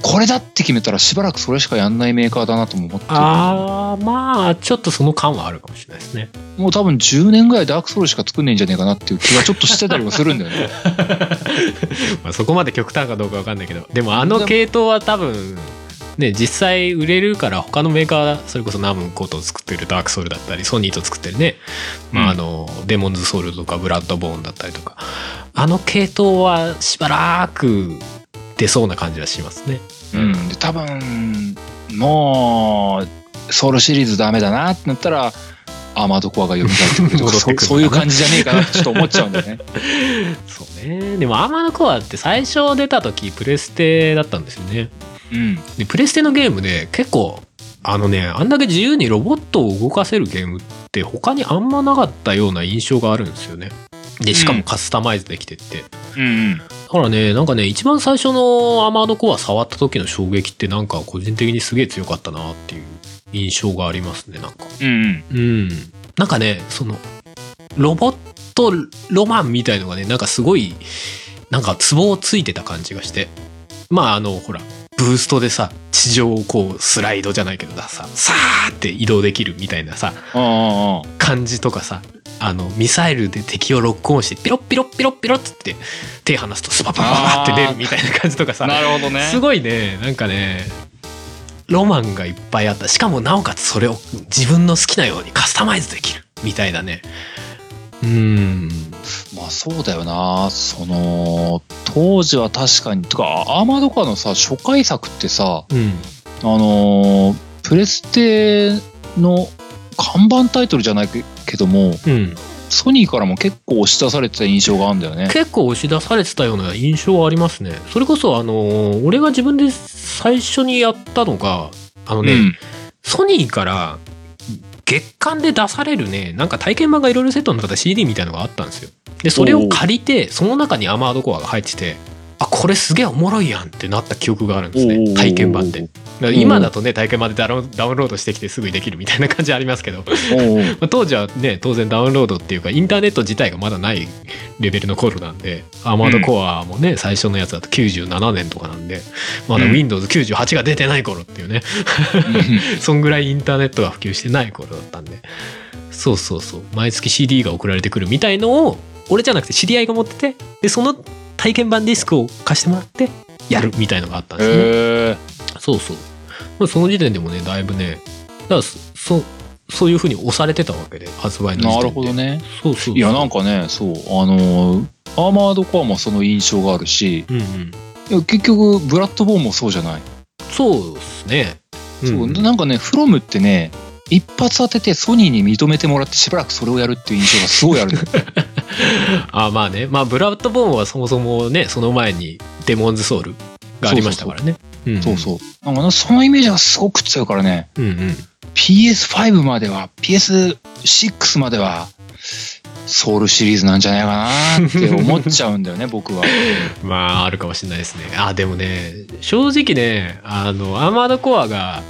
Speaker 1: これだって決めたらしばらくそれしかやんないメーカーだなとも思って
Speaker 2: ああまあちょっとその感はあるかもしれないですね
Speaker 1: もう多分10年ぐらいダークソウルしか作んねえんじゃねえかなっていう気がちょっとしてたりもするんだよ ね
Speaker 2: まあそこまで極端かどうかわかんないけどでもあの系統は多分ね実際売れるから他のメーカーそれこそナムコと作ってるダークソウルだったりソニーと作ってるね、まあ、
Speaker 1: う
Speaker 2: あ
Speaker 1: ん
Speaker 2: のデモンズソウルとかブラッドボーンだったりとかあの系統はしばらく出そうな感じはしますね。
Speaker 1: うんで多分もうソウルシリーズダメだなってなったらアーマードコアが読みたいってくると か
Speaker 2: 戻ってく
Speaker 1: そうそう
Speaker 2: る
Speaker 1: いう感じじゃねえかなってちょっと思っちゃうんだよね
Speaker 2: そうねでもアーマードコアって最初出た時プレステだったんですよね。
Speaker 1: うん
Speaker 2: でプレステのゲームで結構あのねあんだけ自由にロボットを動かせるゲームって他にあんまなかったような印象があるんですよねでしか
Speaker 1: うん
Speaker 2: もカスタマイズできてって、
Speaker 1: うん
Speaker 2: だからねなんかね一番最初のアーマードコア触った時の衝撃ってなんか個人的にすげえ強かったなっていう印象がありますねなんか
Speaker 1: うんうん
Speaker 2: うんなんかねそのロボットロマンみたいのがねなんかすごいなんかツボをついてた感じがしてまああのほらブーストでさ地上をこうスライドじゃないけどささーって移動できるみたいなさ
Speaker 1: ああ
Speaker 2: 感じとかさあのミサイルで敵をロックオンしてピロッピロッピロッピロッつって手離すとスパパパパって出るみたいな感じとか
Speaker 1: ああ
Speaker 2: さ
Speaker 1: なるほどね
Speaker 2: すごいねなんかねロマンがいっぱいあったしかもなおかつそれを自分の好きなようにカスタマイズできるみたいなねうーん
Speaker 1: まあそうだよなその当時は確かにとかアーマードカーのさ初回作ってさ
Speaker 2: うん
Speaker 1: あのープレステの看板タイトルじゃないけども
Speaker 2: うん
Speaker 1: ソニーからも結構押し出されてた印象があるんだよね
Speaker 2: 結構押し出されてたような印象はありますねそれこそあの俺が自分で最初にやったのがあのね、
Speaker 1: うん
Speaker 2: ソニーから月間で出されるねなんか体験版がいろいろセットになった CD みたいのがあったんですよでそれを借りてその中にアーマードコアが入っててあこれすげえおもろいやんってなった記憶があるんです
Speaker 1: おうおうお
Speaker 2: ね
Speaker 1: う
Speaker 2: 体験版でだから今だとね体験版でダウンダウンロードしてきてすぐできるみたいな感じありますけど ま
Speaker 1: おうおう
Speaker 2: あ当時はね当然ダウンロードっていうかインターネット自体がまだないレベルの頃なんでアーマードコアもね最初のやつだと97年とかなんでまだ
Speaker 1: うん
Speaker 2: Windows98 が出てない頃っていうねそんぐらいインターネットが普及してない頃だったんでそうそうそう毎月 CD が送られてくるみたいのを俺じゃなくて知り合いが持っててでその体験版ディスクを貸してもらってやるみたいのがあったんですね、
Speaker 1: へえ
Speaker 2: そうそうまあその時点でもねだいぶねだからそそそういうふうに押されてたわけで発売の時点で
Speaker 1: なるほどね
Speaker 2: そうそうそう
Speaker 1: いやなんかねそうあのーアーマードコアもその印象があるし
Speaker 2: うんうん
Speaker 1: いや結局ブラッドボーンもそうじゃない、
Speaker 2: そうですね
Speaker 1: そうんなんかねフロムってね一発当ててソニーに認めてもらってしばらくそれをやるっていう印象がすごいあるね
Speaker 2: あまあねまあブラッドボーンはそもそもねその前にデモンズソウル がありましたからねん
Speaker 1: そうそうなんかねそのイメージがすごく強いからね
Speaker 2: うんうん
Speaker 1: PS5 までは PS6 まではソウルシリーズなんじゃないかなって思っちゃうんだよ ね僕は
Speaker 2: まああるかもしれないですねあでもね正直ねあのアーマードコアが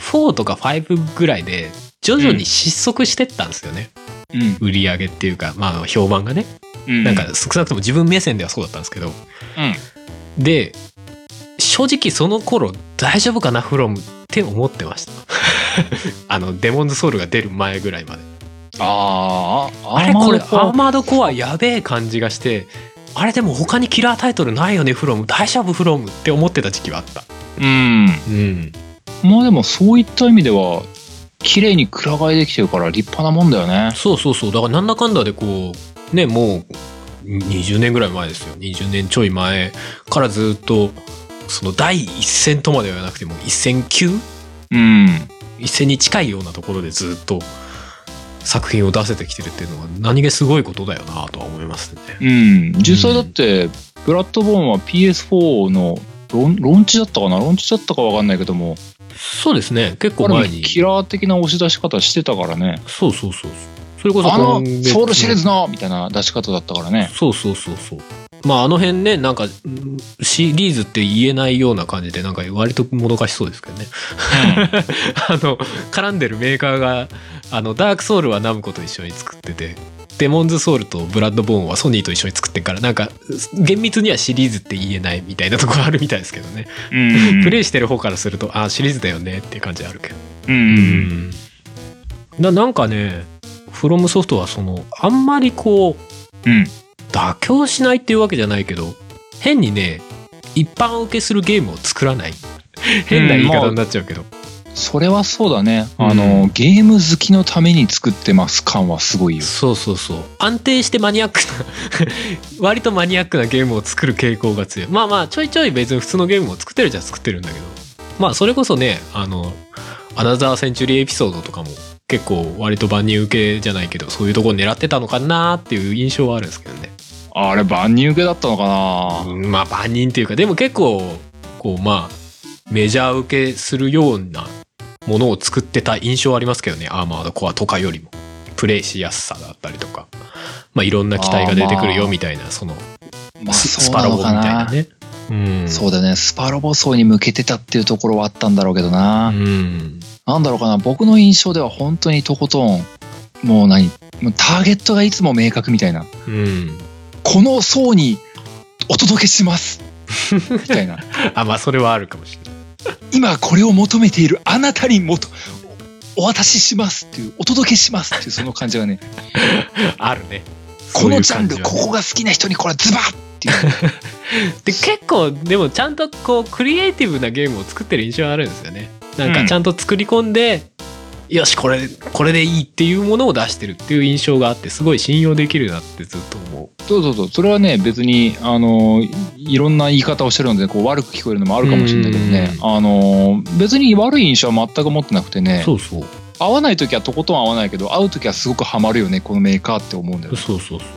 Speaker 2: 4とか5ぐらいで徐々に失速してったんですよね、
Speaker 1: うん、
Speaker 2: 売り上げっていうかまあ評判がね、
Speaker 1: うん、
Speaker 2: なんか少なくとも自分目線ではそうだったんですけどで正直その頃大丈夫かなフロムって思ってました あのデモンズソウルが出る前ぐらいまで
Speaker 1: あーあ
Speaker 2: あれこれア
Speaker 1: アーマードコア
Speaker 2: ーマードコアやべえ感じがしてあれでも他にキラータイトルないよねフロム大丈夫フロムって思ってた時期はあった
Speaker 1: うん
Speaker 2: うん
Speaker 1: まあでもそういった意味では綺麗にくら替えできてるから立派なもんだよね
Speaker 2: そうそうそうだからなんだかんだでこうねもう20年ぐらい前ですよ20年ちょい前からずっとその第一線とまではなくても一線級
Speaker 1: うん
Speaker 2: 一線に近いようなところでずっと作品を出せてきてるっていうのは何気すごいことだよなとは思いますね。
Speaker 1: うん実際だって、ブラッドボーンは PS4 のロンローンチだったかなローンチだったかわかんないけども
Speaker 2: そうですね結構
Speaker 1: これ
Speaker 2: 前
Speaker 1: も
Speaker 2: に
Speaker 1: キラー的な押し出し方してたからね
Speaker 2: そうそうそうそれこそ
Speaker 1: あの
Speaker 2: 今月
Speaker 1: ソウルシリーズのみたいな出し方だったからね
Speaker 2: そうそうそうそう。まああの辺ねなんかうんシリーズって言えないような感じでなんか割ともどかしそうですけどね。 あの絡んでるメーカーがあのダークソウルはナムコと一緒に作っててデモンズソウルとブラッドボーンはソニーと一緒に作ってるからなんか厳密にはシリーズって言えないみたいなところあるみたいですけどね、
Speaker 1: うん
Speaker 2: プレイしてる方からするとあシリーズだよねっていう感じあるけど、
Speaker 1: う
Speaker 2: うんななんかねフロムソフトはそのあんまりこう
Speaker 1: うん
Speaker 2: 妥協しないっていうわけじゃないけど変にね一般受けするゲームを作らない変な言い方になっちゃうけど、
Speaker 1: それはそうだね
Speaker 2: うん
Speaker 1: あの、ゲーム好きのために作ってます感はすごいよ
Speaker 2: そうそうそう安定してマニアックな 割とマニアックなゲームを作る傾向が強いまあまあちょいちょい別に普通のゲームを作ってるじゃ作ってるんだけどまあそれこそねあのアナザーセンチュリーエピソードとかも結構割と万人受けじゃないけどそういうとこ狙ってたのかなっていう印象はあるんですけどね
Speaker 1: あれ万人受けだったのかな
Speaker 2: うんまあ万人っていうかでも結構こうまあメジャー受けするようなものを作ってた印象はありますけどねアーマードコアとかよりもプレイしやすさだったりとか、まあ、いろんな機体が出てくるよみたいな、その
Speaker 1: まあ、
Speaker 2: ス
Speaker 1: そ
Speaker 2: ス
Speaker 1: う
Speaker 2: パ
Speaker 1: な
Speaker 2: ロボ
Speaker 1: の
Speaker 2: み
Speaker 1: か
Speaker 2: たいな
Speaker 1: な。
Speaker 2: ね。うん、
Speaker 1: そうだよね。スパロボ層に向けてたっていうところはあったんだろうけどな。
Speaker 2: うん
Speaker 1: なんだろうかな。僕の印象では本当にとことん、もう何もうターゲットがいつも明確みたいな。
Speaker 2: うん、
Speaker 1: この層にお届けしますみたいな。
Speaker 2: あまあそれはあるかもしれない。
Speaker 1: 今これを求めているあなたにもとお渡ししますっていうお届けしますっていうその感じが ね
Speaker 2: あるね。
Speaker 1: このジ
Speaker 2: そう
Speaker 1: ャ
Speaker 2: いう
Speaker 1: ン
Speaker 2: 感じ
Speaker 1: ル
Speaker 2: は
Speaker 1: ここが好きな人にこれはズバッっていう
Speaker 2: で結構でもちゃんとこうクリエイティブなゲームを作ってる印象はあるんですよねなん
Speaker 1: う
Speaker 2: か
Speaker 1: ん
Speaker 2: ちゃんと作り込んで、よしこれこれでいいっていうものを出してるっていう印象があってすごい信用できるなってずっと思う
Speaker 1: そうそうそうそれはね別にあのいいろんな言い方をしてるのでこう悪く聞こえるのもあるかもしれないけどね
Speaker 2: う
Speaker 1: あの別に悪い印象は全く持ってなくてね
Speaker 2: そうそう
Speaker 1: 合わない時はとことん合わないけど合う時はすごくハマるよねこのメーカーって思うんだよね
Speaker 2: そうそうそう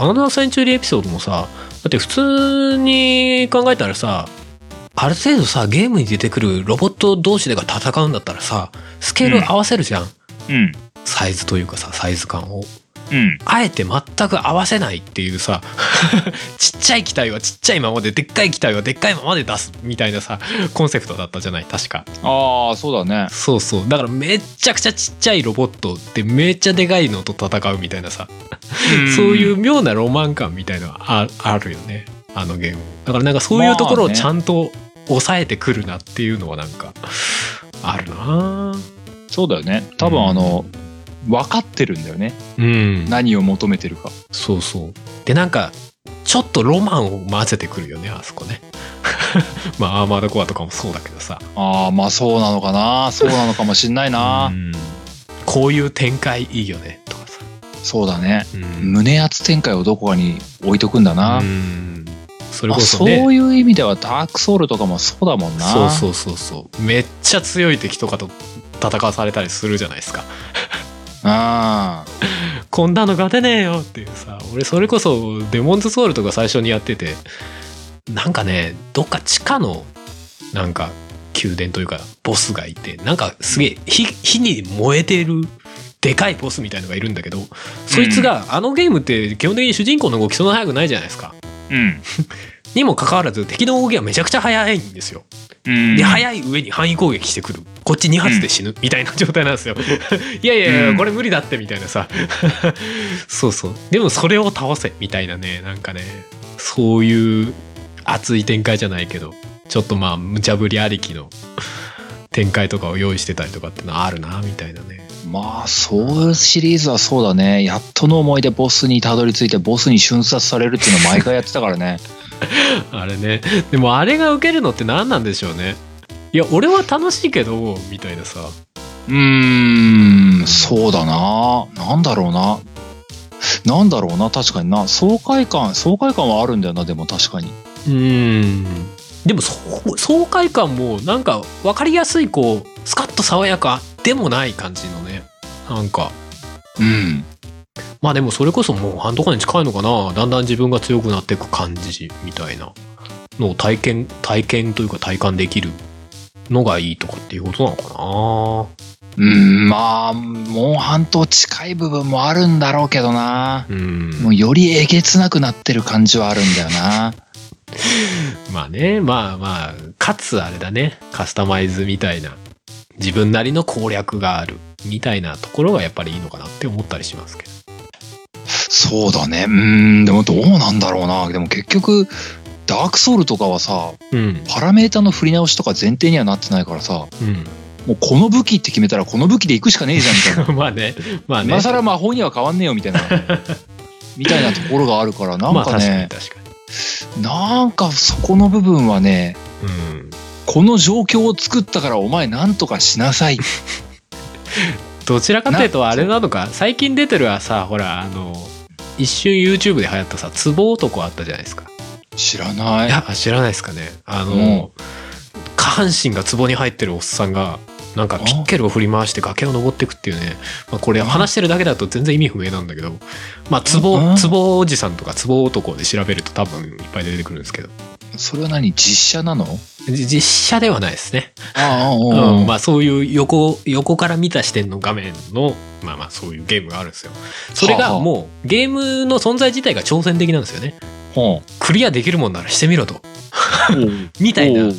Speaker 2: アナザーセンチュリーエピソードもさだって普通に考えたらさある程度さゲームに出てくるロボット同士でが戦うんだったらさスケール合わせるじゃん、
Speaker 1: うん
Speaker 2: サイズというかさサイズ感を
Speaker 1: うん
Speaker 2: あえて全く合わせないっていうさ ちっちゃい機体はちっちゃいままででっかい機体はでっかいままで出すみたいなさコンセプトだったじゃない確か
Speaker 1: ああそうだね
Speaker 2: そうそうだからめっちゃくちゃちっちゃいロボットってめっちゃでかいのと戦うみたいなさそういう妙なロマン感みたいのはああるよねあのゲームだからなんかそういうところを
Speaker 1: まあね
Speaker 2: ちゃんと抑えてくるなっていうのはなんかあるな
Speaker 1: そうだよね多分あの分かってるんだよね
Speaker 2: うん
Speaker 1: 何を求めてるか
Speaker 2: そうそう。で、なんか、ちょっとロマンを混ぜてくるよね、あそこね。 まあ、アーマードコアとかもそうだけどさ。
Speaker 1: ああまあそうなのかなそうなのかもしんないな、
Speaker 2: うんこういう展開いいよね、とかさ。
Speaker 1: そうだね
Speaker 2: うん。
Speaker 1: 胸圧展開をどこかに置いとくんだな、
Speaker 2: うんそれ
Speaker 1: あ
Speaker 2: こそ
Speaker 1: そう
Speaker 2: ね。
Speaker 1: いう意味ではダークソウルとかもそうだもんな
Speaker 2: そうそうそうそう。めっちゃ強い敵とかと戦わされたりするじゃないですか。
Speaker 1: あ
Speaker 2: こんなの勝てねえよっていうさ俺それこそデモンズソウルとか最初にやっててなんかねどっか地下のなんか宮殿というかボスがいてなんかすげえ火火に燃えてるでかいボスみたいのがいるんだけどそいつが、あのゲームって基本的に主人公の動きそんな速くないじゃないですか
Speaker 1: うん
Speaker 2: にもかかわらず敵の動きがめちゃくちゃ速いんですよ
Speaker 1: うん
Speaker 2: で早い上に範囲攻撃してくるこっち2発で死ぬみたいな状態なんですよ いやいやい
Speaker 1: うん
Speaker 2: やこれ無理だってみたいなさ そうそうでもそれを倒せみたいなねなんかねそういう熱い展開じゃないけどちょっとまあ無茶ぶりありきの 展開とかを用意してたりとかってのはあるなみたいなね
Speaker 1: まあソウルシリーズはそうだねやっとの思いでボスにたどり着いてボスに瞬殺されるっていうのを毎回やってたからね
Speaker 2: あれねでもあれが受けるのって何なんでしょうねいや俺は楽しいけどみたいなさ
Speaker 1: うーんそうだななんだろうななんだろうな確かにな爽快感爽快感はあるんだよなでも確かに
Speaker 2: うーんでもそう爽快感もなんか分かりやすいこうスカッと爽やかでもない感じのねなんか
Speaker 1: うん
Speaker 2: まあでもそれこそもう半とかに近いのかなだんだん自分が強くなっていく感じみたいなのを体験体験というか体感できるのがいいとかっていうことなのか
Speaker 1: うん、まあ、モンハンと近い部分もあるんだろうけどな。
Speaker 2: なうん
Speaker 1: もうよりえげつなくなってる感じはあるんだよな。
Speaker 2: まあねまあまあかつあれだねカスタマイズみたいな自分なりの攻略があるみたいなところがやっぱりいいのかなって思ったりしますけど。
Speaker 1: そうだね。うん、でもどうなんだろうな。でも結局、ダークソウルとかはさ、
Speaker 2: うん
Speaker 1: パラメータの振り直しとか前提にはなってないからさ、
Speaker 2: う
Speaker 1: もうこの武器って決めたらこの武器で行くし かねえじゃんみたいな。
Speaker 2: ん、 まあねまあね
Speaker 1: 今更魔法には変わんねえよみ たいな。みたいなところがあるから、なん
Speaker 2: まあ
Speaker 1: か
Speaker 2: 確かに
Speaker 1: ね、
Speaker 2: 確かに、
Speaker 1: なんかそこの部分はね、
Speaker 2: うん、
Speaker 1: この状況を作ったからお前なんとかしなさい。
Speaker 2: どちらかというとあれなのか最近出てるはさほらあの一瞬 YouTube で流行ったさツボ男あったじゃないですか
Speaker 1: 知らないい。
Speaker 2: や知らないですかねあの、
Speaker 1: うん
Speaker 2: 下半身がツボに入ってるおっさんがなんかピッケルを振り回して崖を登ってくっていうね、まあ、これ話してるだけだと全然意味不明なんだけどまあツ
Speaker 1: う
Speaker 2: ボ
Speaker 1: ん
Speaker 2: ツボおじさんとかツボ男で調べると多分いっぱい出てくるんですけど
Speaker 1: それは何実写なの
Speaker 2: じ実写ではないですね。
Speaker 1: ああ、
Speaker 2: うん
Speaker 1: うん。
Speaker 2: まあそういう横、横から見た視点の画面の、まあまあそういうゲームがあるんですよ。それ
Speaker 1: はあ
Speaker 2: が
Speaker 1: はあ
Speaker 2: もうゲームの存在自体が挑戦的なんですよね。
Speaker 1: ほ
Speaker 2: クリアできるもんならしてみろと。
Speaker 1: うん。
Speaker 2: みたい
Speaker 1: おう
Speaker 2: な、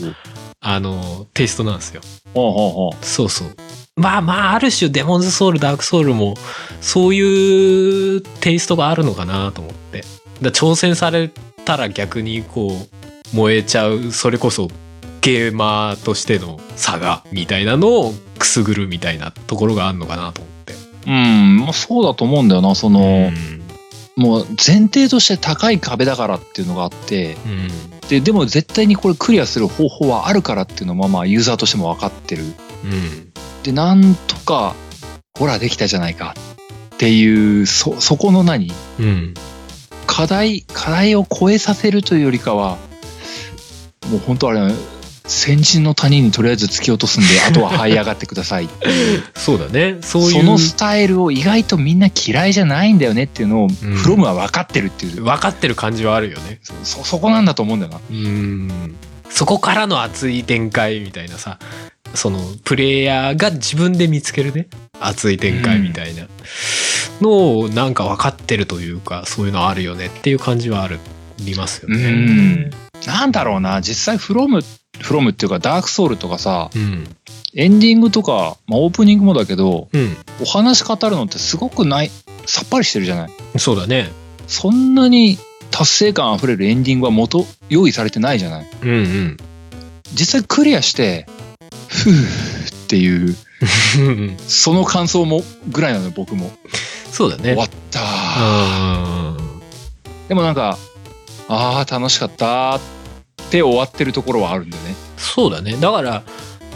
Speaker 2: あの、テイストなんですよ。
Speaker 1: ほうほうほう。
Speaker 2: そうそう。まあまあ、ある種、デモンズソウル、ダークソウルも、そういうテイストがあるのかなと思って。だ挑戦されたら逆にこう、燃えちゃう、それこそ、ゲーマーとしての差が、みたいなのをくすぐるみたいなところがあるのかなと思って。
Speaker 1: うん、まあ、そうだと思うんだよな。その、
Speaker 2: ん。
Speaker 1: もう前提として高い壁だからっていうのがあって、
Speaker 2: うん。
Speaker 1: で、でも絶対にこれクリアする方法はあるからっていうのは、まあ、ユーザーとしても分かってる。
Speaker 2: うん。
Speaker 1: で、なんとか、ほら、できたじゃないかっていう、そ、そこの何
Speaker 2: うん。
Speaker 1: 課題、課題を超えさせるというよりかは、もう本当あれ、先人の谷にとりあえず突き落とすん で、あとは這い上がってください。
Speaker 2: そうだね。そう
Speaker 1: そ
Speaker 2: いう
Speaker 1: の。スタイルを意外とみんな嫌いじゃないんだよねっていうのを、
Speaker 2: ん
Speaker 1: フロムは分かってるっていう、
Speaker 2: 分かってる感じはあるよね。
Speaker 1: そ、そこなんだと思うんだよな。
Speaker 2: うんそこからの熱い展開みたいなさそのプレイヤーが自分で見つけるね熱い展開みたいなのをなんか分かってるというかそういうのあるよねっていう感じはあるりますよ
Speaker 1: う
Speaker 2: ね
Speaker 1: ん。なんだろうな、実際フロム、フロムっていうかダークソウルとかさ、
Speaker 2: うん
Speaker 1: エンディングとか、まあオープニングもだけど、
Speaker 2: うん
Speaker 1: お話語るのってすごくない、さっぱりしてるじゃない
Speaker 2: そうだね
Speaker 1: そんなに達成感あふれるエンディングは元用意されてないじゃない
Speaker 2: うんうん
Speaker 1: 実際クリアしてふーっていう
Speaker 2: うんうん
Speaker 1: その感想もぐらいなのよ僕も
Speaker 2: そうだ
Speaker 1: 終わ
Speaker 2: ね
Speaker 1: ったー
Speaker 2: あ
Speaker 1: でもなんかあー楽しかったーって終わってるところはあるんだよね
Speaker 2: そうだねだから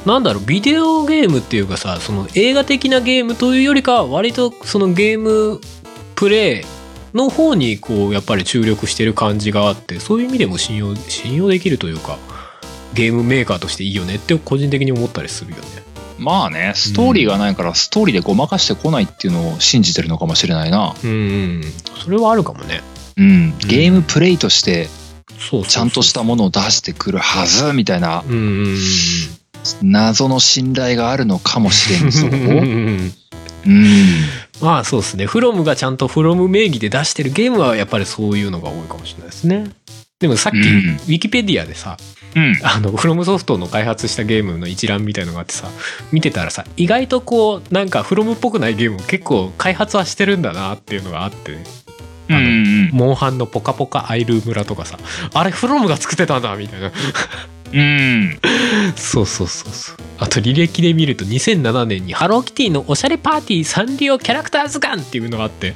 Speaker 2: なんだろうビデオゲームっていうかさその映画的なゲームというよりかは割とそのゲームプレイの方にこうやっぱり注力してる感じがあってそういう意味でも信用信用できるというかゲームメーカーとしていいよねって個人的に思ったりするよね。
Speaker 1: まあねストーリーがないからストーリーでごまかしてこないっていうのを信じてるのかもしれないな
Speaker 2: うんうんそれはあるかもね。
Speaker 1: うんゲームプレイとして
Speaker 2: そうそうそう
Speaker 1: ちゃんとしたものを出してくるはずみたいな
Speaker 2: うんうんうん
Speaker 1: 謎の信頼があるのかもしれ んぞ
Speaker 2: うん
Speaker 1: うん
Speaker 2: まあそうですね。フロムがちゃんとフロム名義で出してるゲームはやっぱりそういうのが多いかもしれないですね。でもさっき、
Speaker 1: うん
Speaker 2: ウィキペディアでさ、
Speaker 1: うん。
Speaker 2: あの、フロムソフトの開発したゲームの一覧みたいのがあってさ、見てたらさ、意外とこう、なんかフロムっぽくないゲームを結構開発はしてるんだなっていうのがあってね。あの
Speaker 1: うん。
Speaker 2: モンハンのポカポカアイルー村とかさ、あれフロムが作ってたんだみたいな。
Speaker 1: うん。
Speaker 2: そうそうそうそう。あと履歴で見ると2007年にハローキティのおしゃれパーティーサンリオキャラクター図鑑っていうのがあって、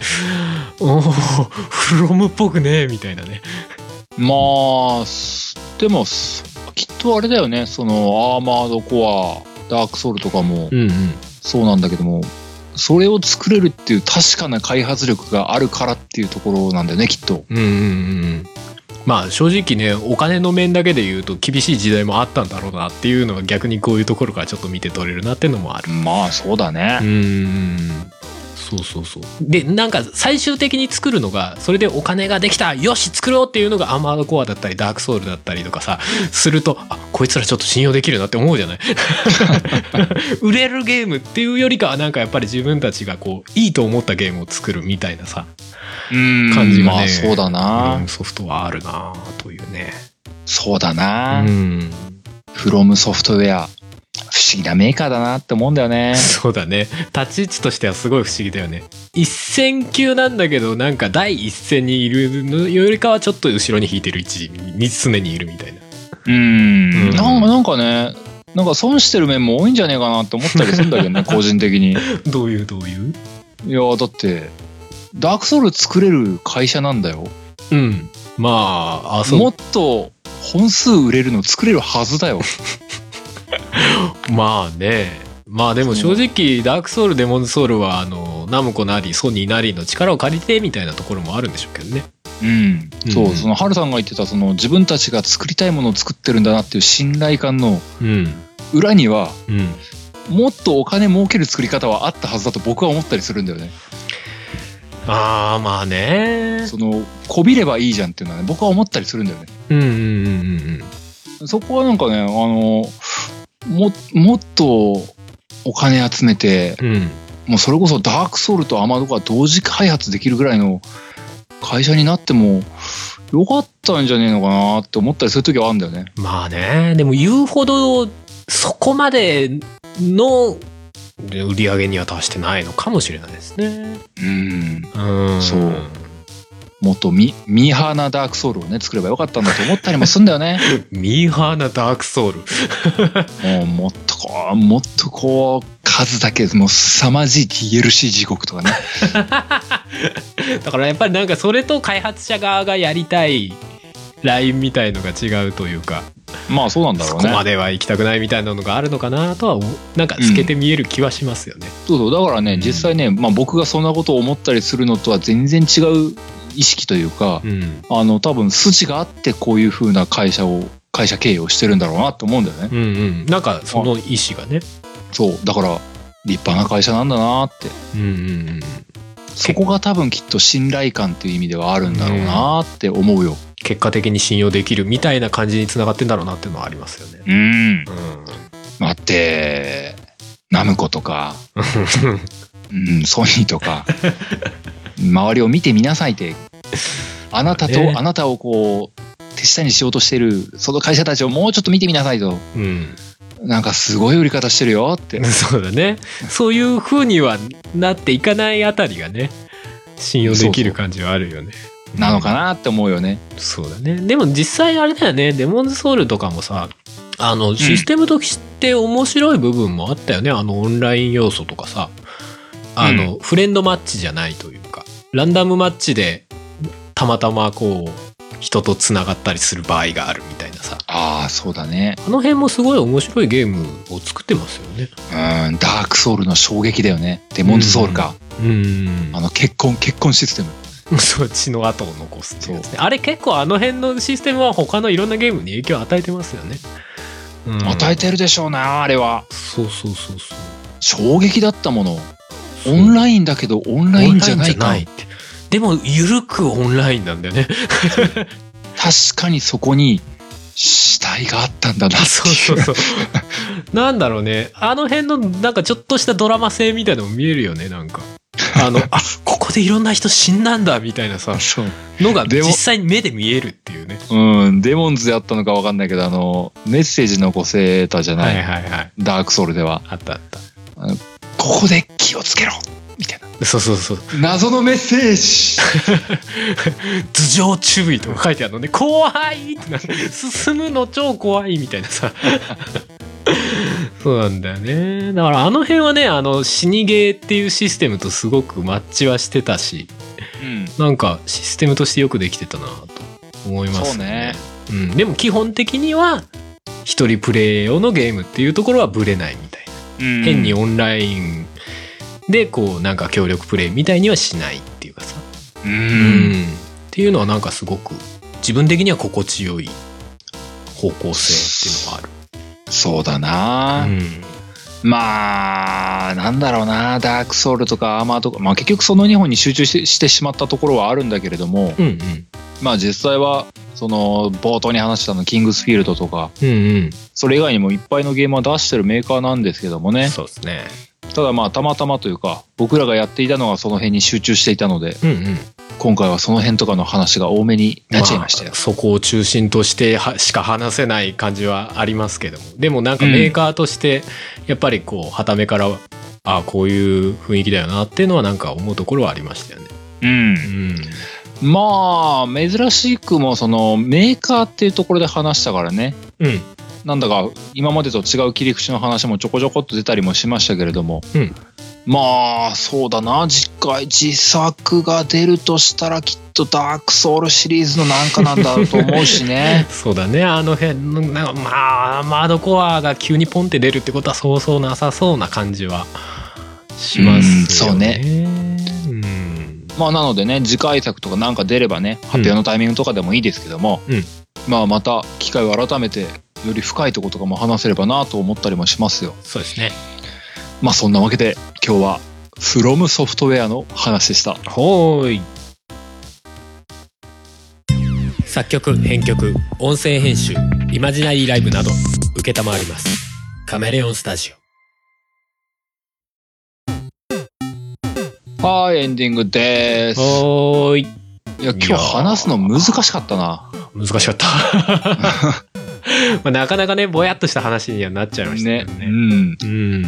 Speaker 2: おお、フロムっぽくねみたいなね。
Speaker 1: まあ、すでも、すきっとあれだよね。その、アーマードコア、ダークソウルとかも
Speaker 2: うんうん。
Speaker 1: そうなんだけども、それを作れるっていう確かな開発力があるからっていうところなんだよね、きっと。
Speaker 2: うんうんうんうん。まあ正直ね、お金の面だけで言うと厳しい時代もあったんだろうなっていうのが逆にこういうところからちょっと見て取れるなっていうのもある。
Speaker 1: まあ、そうだ
Speaker 2: う
Speaker 1: ね。
Speaker 2: ん。そうそうそう。で、なんか最終的に作るのが、それでお金ができたよし作ろうっていうのがアーマードコアだったり、ダークソウルだったりとかさ、すると、あ、こいつらちょっと信用できるなって思うじゃない 売れるゲームっていうよりかは、なんかやっぱり自分たちがこう、いいと思ったゲームを作るみたいなさ、
Speaker 1: うん
Speaker 2: 感じがね。
Speaker 1: まあ、そうだな。
Speaker 2: うんソフトはあるなというね。
Speaker 1: そうだ
Speaker 2: う
Speaker 1: な。
Speaker 2: ん。
Speaker 1: フロムソフトウェア。不思議なメーカーだなって思うんだよね。
Speaker 2: そうだね。立ち位置としてはすごい不思議だよね。一線級なんだけど、なんか第一線にいるのよりかはちょっと後ろに引いてる位置に常にいるみたいな。
Speaker 1: うん。
Speaker 2: うん
Speaker 1: なんかなんかね、なんか損してる面も多いんじゃねえかなって思ったりするんだけど ね、個人的に。
Speaker 2: どういうどういう
Speaker 1: いやだってダークソウル作れる会社なんだよ
Speaker 2: うん。まあ、あ、
Speaker 1: も
Speaker 2: そ
Speaker 1: っと本数売れるの作れるはずだよ
Speaker 2: う。まあね。まあでも正直、ダークソウル、デモンズソウルは、あの、ナムコなり、ソニーなりの力を借りてみたいなところもあるんでしょうけどね。
Speaker 1: うんそう、
Speaker 2: うん
Speaker 1: そのハルさんが言ってたその自分たちが作りたいものを作ってるんだなっていう信頼感の
Speaker 2: うん。
Speaker 1: 裏には
Speaker 2: うん。
Speaker 1: もっとお金儲ける作り方はあったはずだと僕は思ったりするんだよね
Speaker 2: ああまあね
Speaker 1: そのこびればいいじゃんっていうのはね僕は思ったりするんだよね
Speaker 2: うんうんうんうんうん
Speaker 1: そこはなんかねあのももっとお金集めて
Speaker 2: うん
Speaker 1: もうそれこそダークソウルとアマドが同時開発できるぐらいの会社になってもよかったんじゃねえのかなって思ったりする時はあるんだよね
Speaker 2: まあねでも言うほどそこまでの売り上げには達してないのかもしれないですね
Speaker 1: うん
Speaker 2: うん
Speaker 1: そうもっとミミーハーなダークソウルをね作ればよかったんだと思ったりもするんだよね
Speaker 2: ミーハーなダークソウル
Speaker 1: もうもっとこうもっとこう数だけもう凄まじい DLC 地獄とかね
Speaker 2: だからやっぱりなんかそれと開発者側がやりたいラインみたいのが違うというか
Speaker 1: まあそうなんだ
Speaker 2: そ
Speaker 1: ろう
Speaker 2: こま
Speaker 1: ね
Speaker 2: では行きたくないみたいなのがあるのかなとは思うなんか透けて見える気はしますよね。
Speaker 1: そうそうだからね
Speaker 2: うん
Speaker 1: 実際ね、まあ、僕がそんなことを思ったりするのとは全然違う意識というか、
Speaker 2: うん
Speaker 1: あの多分筋があってこういう風な会社を会社経営をしてるんだろうなと思うんだよね、
Speaker 2: うんうん、なんかその意思がね、
Speaker 1: そうだから立派な会社なんだなって
Speaker 2: うんうんうん、
Speaker 1: そこが多分きっと信頼感という意味ではあるんだろうなって思うよ
Speaker 2: 結果的に信用できるみたいな感じにつながってんだろうなっていうのはありますよね。
Speaker 1: うん
Speaker 2: うん、
Speaker 1: だってナムコと か、うん、ソニーとか周りを見てみなさいってあなたと、
Speaker 2: ね
Speaker 1: あなたをこう手下にしようとしてるその会社たちをもうちょっと見てみなさいと
Speaker 2: うん、
Speaker 1: なんかすごい売り方してるよって
Speaker 2: そうだねそういうふうにはなっていかないあたりがね信用できる感じはあるよね。
Speaker 1: なのかなって思うよね
Speaker 2: そうだね。でも実際あれだよね、デモンズソウルとかもさ、あの、システムとして面白い部分もあったよね。あの、オンライン要素とかさ、あの、フレンドマッチじゃないというか、ランダムマッチで、たまたまこう、人とつながったりする場合があるみたいなさ、
Speaker 1: ああそうだね
Speaker 2: あの辺もすごい面白いゲームを作ってますよね。
Speaker 1: うんダークソウルの衝撃だよねデモンズソウルか、
Speaker 2: うん
Speaker 1: あ。の結婚結婚システム
Speaker 2: そう、血の跡を残すっていうやつね。あれ結構あの辺のシステムは他のいろんなゲームに影響を与えてますよね。うん
Speaker 1: 与えてるでしょうなあれは
Speaker 2: そうそうそうそう
Speaker 1: 衝撃だったものオンラインだけどオンラインじゃないか
Speaker 2: オンラインじゃってでもゆるくオンラインなんだ よね
Speaker 1: 確かにそこに死体があったんだなっていう
Speaker 2: そうそうそう なんだろうねあの辺のなんかちょっとしたドラマ性みたいのも見えるよねなんかあ のあここでいろんな人死んだんだみたいなさ
Speaker 1: そう
Speaker 2: のが
Speaker 1: でも
Speaker 2: 実際に目で見えるっていうね
Speaker 1: うんデモンズであったのか分かんないけどあのメッセージ残せたじゃな
Speaker 2: はい
Speaker 1: い、
Speaker 2: はいはい
Speaker 1: ダークソウルでは
Speaker 2: あったあった
Speaker 1: ここで気をつけろみたいな
Speaker 2: そうそうそう
Speaker 1: 謎のメッセージ
Speaker 2: 頭上注意とか書いてあるのね怖いってな進むの超怖いみたいなさそうなんだよねだからあの辺はねあの死にゲーっていうシステムとすごくマッチはしてたし
Speaker 1: うん
Speaker 2: なんかシステムとしてよくできてたなと思いますねうん、でも基本的には一人プレイ用のゲームっていうところはブレないみたい
Speaker 1: う
Speaker 2: な、
Speaker 1: ん
Speaker 2: 変にオンラインでこうなんか協力プレイみたいにはしないっていうかさ
Speaker 1: う
Speaker 2: うん
Speaker 1: ん、
Speaker 2: っていうのはなんかすごく自分的には心地よい方向性っていうの
Speaker 1: そうだ
Speaker 2: が
Speaker 1: な
Speaker 2: ある、
Speaker 1: まあなんだろうなダークソウルとかアーマーとか、まあ、結局その2本に集中してしてしまったところはあるんだけれども
Speaker 2: うん、うんうん
Speaker 1: まあ実際はその冒頭に話したのキングスフィールドとか
Speaker 2: うん
Speaker 1: それ以外にもいっぱいのゲームは出してるメーカーなんですけども
Speaker 2: う
Speaker 1: ね
Speaker 2: んそうですね
Speaker 1: ただまあたまたまというか僕らがやっていたのがその辺に集中していたので
Speaker 2: うんうん
Speaker 1: 今回はその辺とかの話が多めになっちゃいましたよ、
Speaker 2: あそこを中心としてはしか話せない感じはありますけどもでもなんかメーカーとしてやっぱりこうはためからああこういう雰囲気だよなっていうのはなんか思うところはありましたよね
Speaker 1: うん
Speaker 2: うん
Speaker 1: まあ珍しくもそのメーカーっていうところで話したからね
Speaker 2: うん
Speaker 1: なんだか今までと違う切り口の話もちょこちょこっと出たりもしましたけれども、
Speaker 2: うん
Speaker 1: まあそうだな次回自作が出るとしたらきっとダークソウルシリーズのなんかなんだろうと思うし ね
Speaker 2: そうだねあの辺のなんかまあマードコアが急にポンって出るってことはそうそうなさそうな感じはしますよね。そうね。うん。
Speaker 1: まあなのでね次回作とかなんか出ればね発表のタイミングとかでもいいですけども、
Speaker 2: うん
Speaker 1: まあまた機会を改めてより深いとことかも話せればなと思ったりもしますよ
Speaker 2: そうですね。
Speaker 1: まあそんなわけで今日はフロムソフトウェアの話した
Speaker 2: ほーい
Speaker 3: 作曲編曲音声編集イマジナリーライブなど承りますカメレオンスタジオ
Speaker 1: はいエンディングです
Speaker 2: ほーい
Speaker 1: いや今日話すの難しかったな
Speaker 2: 難しかった まあなかなかねぼやっとした話にはなっちゃいました
Speaker 1: ね
Speaker 2: けど
Speaker 1: う
Speaker 2: ね
Speaker 1: ん
Speaker 2: うん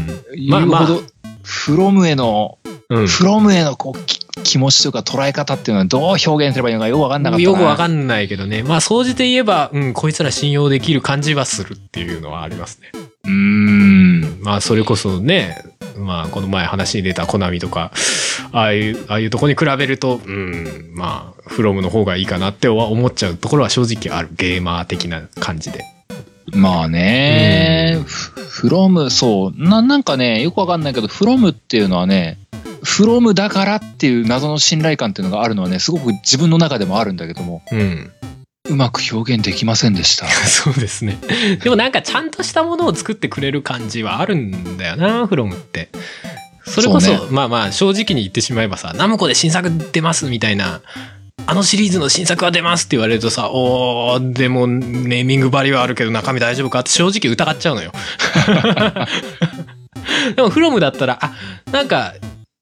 Speaker 2: ま
Speaker 1: ま
Speaker 2: あ
Speaker 1: あ
Speaker 2: まあ
Speaker 1: まフロムへの
Speaker 2: うん
Speaker 1: フロムへのこうき気持ちというか捉え方っていうのはどう表現すればいいのかよくわかんなかったな
Speaker 2: よくわかんないけどねまあ総じて言えば、うん、こいつら信用できる感じはするっていうのはありますね
Speaker 1: うーん
Speaker 2: まあそれこそねまあこの前話に出たコナミとかああいうああいうとこに比べるとうんまあフロムの方がいいかなっては思っちゃうところは正直あるゲーマー的な感じで
Speaker 1: まあね
Speaker 2: うん
Speaker 1: フフロムそうななんかねよくわかんないけどフロムっていうのはねフロムだからっていう謎の信頼感っていうのがあるのはねすごく自分の中でもあるんだけども
Speaker 2: うん
Speaker 1: うまく表現できませんでした
Speaker 2: そうですね。でもなんかちゃんとしたものを作ってくれる感じはあるんだよな、フロムって。それこそ、
Speaker 1: そうね
Speaker 2: まあまあ正直に言ってしまえばさ、ナムコで新作出ますみたいな、あのシリーズの新作は出ますって言われるとさ、おー、でもネーミングバリューはあるけど中身大丈夫かって正直疑っちゃうのよ。 でもフロムだったら、あ、なんか、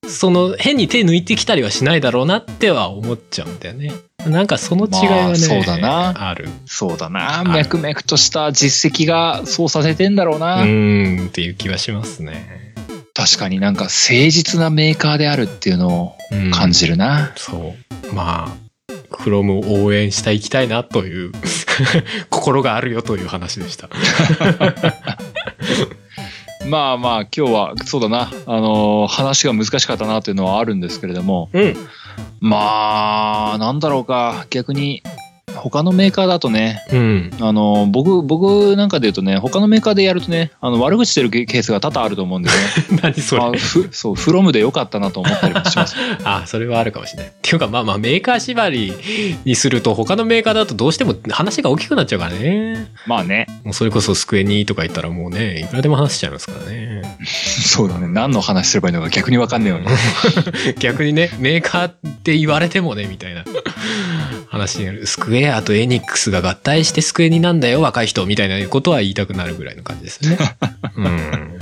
Speaker 2: その変に手抜いてきたりはしないだろうなっては思っちゃうんだよね。なんかその違いはね、
Speaker 1: まあそうだな
Speaker 2: ある。
Speaker 1: そうだな
Speaker 2: る
Speaker 1: 脈々とした実績がそうさせてんだろうな、
Speaker 2: うーんっていう気はしますね。
Speaker 1: 確かになんか誠実なメーカーであるっていうのを
Speaker 2: うん
Speaker 1: 感じるな、
Speaker 2: そう。まあ、フロムを応援していきたいなという 心があるよという話でした。
Speaker 1: まあまあ今日はそうだなあのー話が難しかったなというのはあるんですけれども
Speaker 2: うん。
Speaker 1: まあなんだろうか逆に他のメーカーだとね
Speaker 2: うん。
Speaker 1: あのー僕僕なんかで言うとね他のメーカーでやるとねあの悪口出るケースが多々あると思 うんですね
Speaker 2: 何そ
Speaker 1: あ
Speaker 2: れ。
Speaker 1: ふそうフロムでよかったなと思ったりもします
Speaker 2: あ、それはあるかもしれない。っていうか、まあまあ、メーカー縛りにすると、他のメーカーだとどうしても話が大きくなっちゃうからね。
Speaker 1: まあね
Speaker 2: もうそれこそスクエニとか言ったらもうね、いくらでも話しちゃいますからね。
Speaker 1: そうだね何の話すればいいのか逆に分かんない よね
Speaker 2: 逆にね、メーカーって言われてもね、みたいな話になる。スクエアとエニックスが合体してスクエニなんだよ、若い人、みたいなことは言いたくなるぐらいの感じで すね。うん。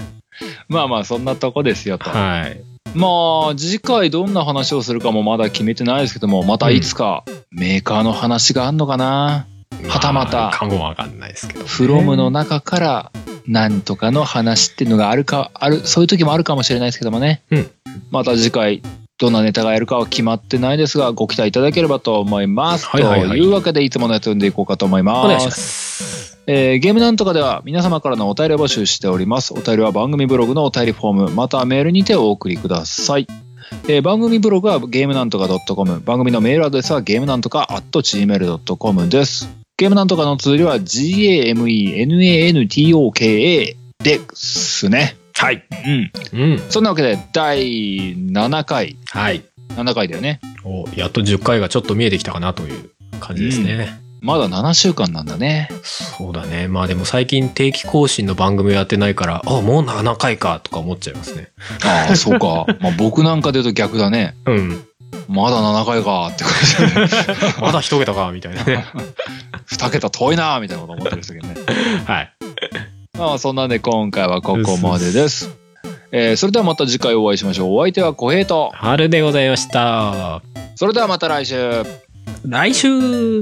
Speaker 1: まあまあそんなとこですよと。
Speaker 2: はい。
Speaker 1: まあ次回どんな話をするかもまだ決めてないですけどもまたいつかメーカーの話があんのかな、はたまた
Speaker 2: あかもわかんないですけど、
Speaker 1: フロムの。中から何とかの話っていうのがあるかあるそういう時もあるかもしれないですけどもね、
Speaker 2: うん
Speaker 1: また次回どんなネタがやるかは決まってないですがご期待いただければと思います、
Speaker 2: はいはいはい
Speaker 1: というわけでいつものやつを読んでいこうかと思います
Speaker 2: お願いします。
Speaker 1: えーゲームなんとかでは皆様からのお便りを募集しております。お便りは番組ブログのお便りフォーム、またはメールにてお送りください。えー番組ブログはゲームなんとか .com、番組のメールアドレスはゲームなんとか .gmail.com です。ゲームなんとかの通りは GAMENANTOKA ですね。
Speaker 2: はい。
Speaker 1: うん。
Speaker 2: うん。
Speaker 1: そんなわけで、第7回、
Speaker 2: はい。
Speaker 1: 7回だよね。
Speaker 2: お、やっと10回がちょっと見えてきたかなという感じですね。
Speaker 1: まだ7週間なんだね。
Speaker 2: そうだね。まあでも最近定期更新の番組をやってないから、あ、もう7回か、とか思っちゃいますね。
Speaker 1: ああ、そうか。まあ僕なんかで言うと逆だね。
Speaker 2: うん。
Speaker 1: まだ7回かって感じだね。
Speaker 2: まだ一桁か、みたいなね。
Speaker 1: 二桁遠いなみたいなこと思ってるんですけどね。
Speaker 2: はい。
Speaker 1: まあそんなんで今回はここまでです。えーそれではまた次回お会いしましょう。お相手は小平と。
Speaker 2: 春でございました。
Speaker 1: それではまた来週。
Speaker 2: 来週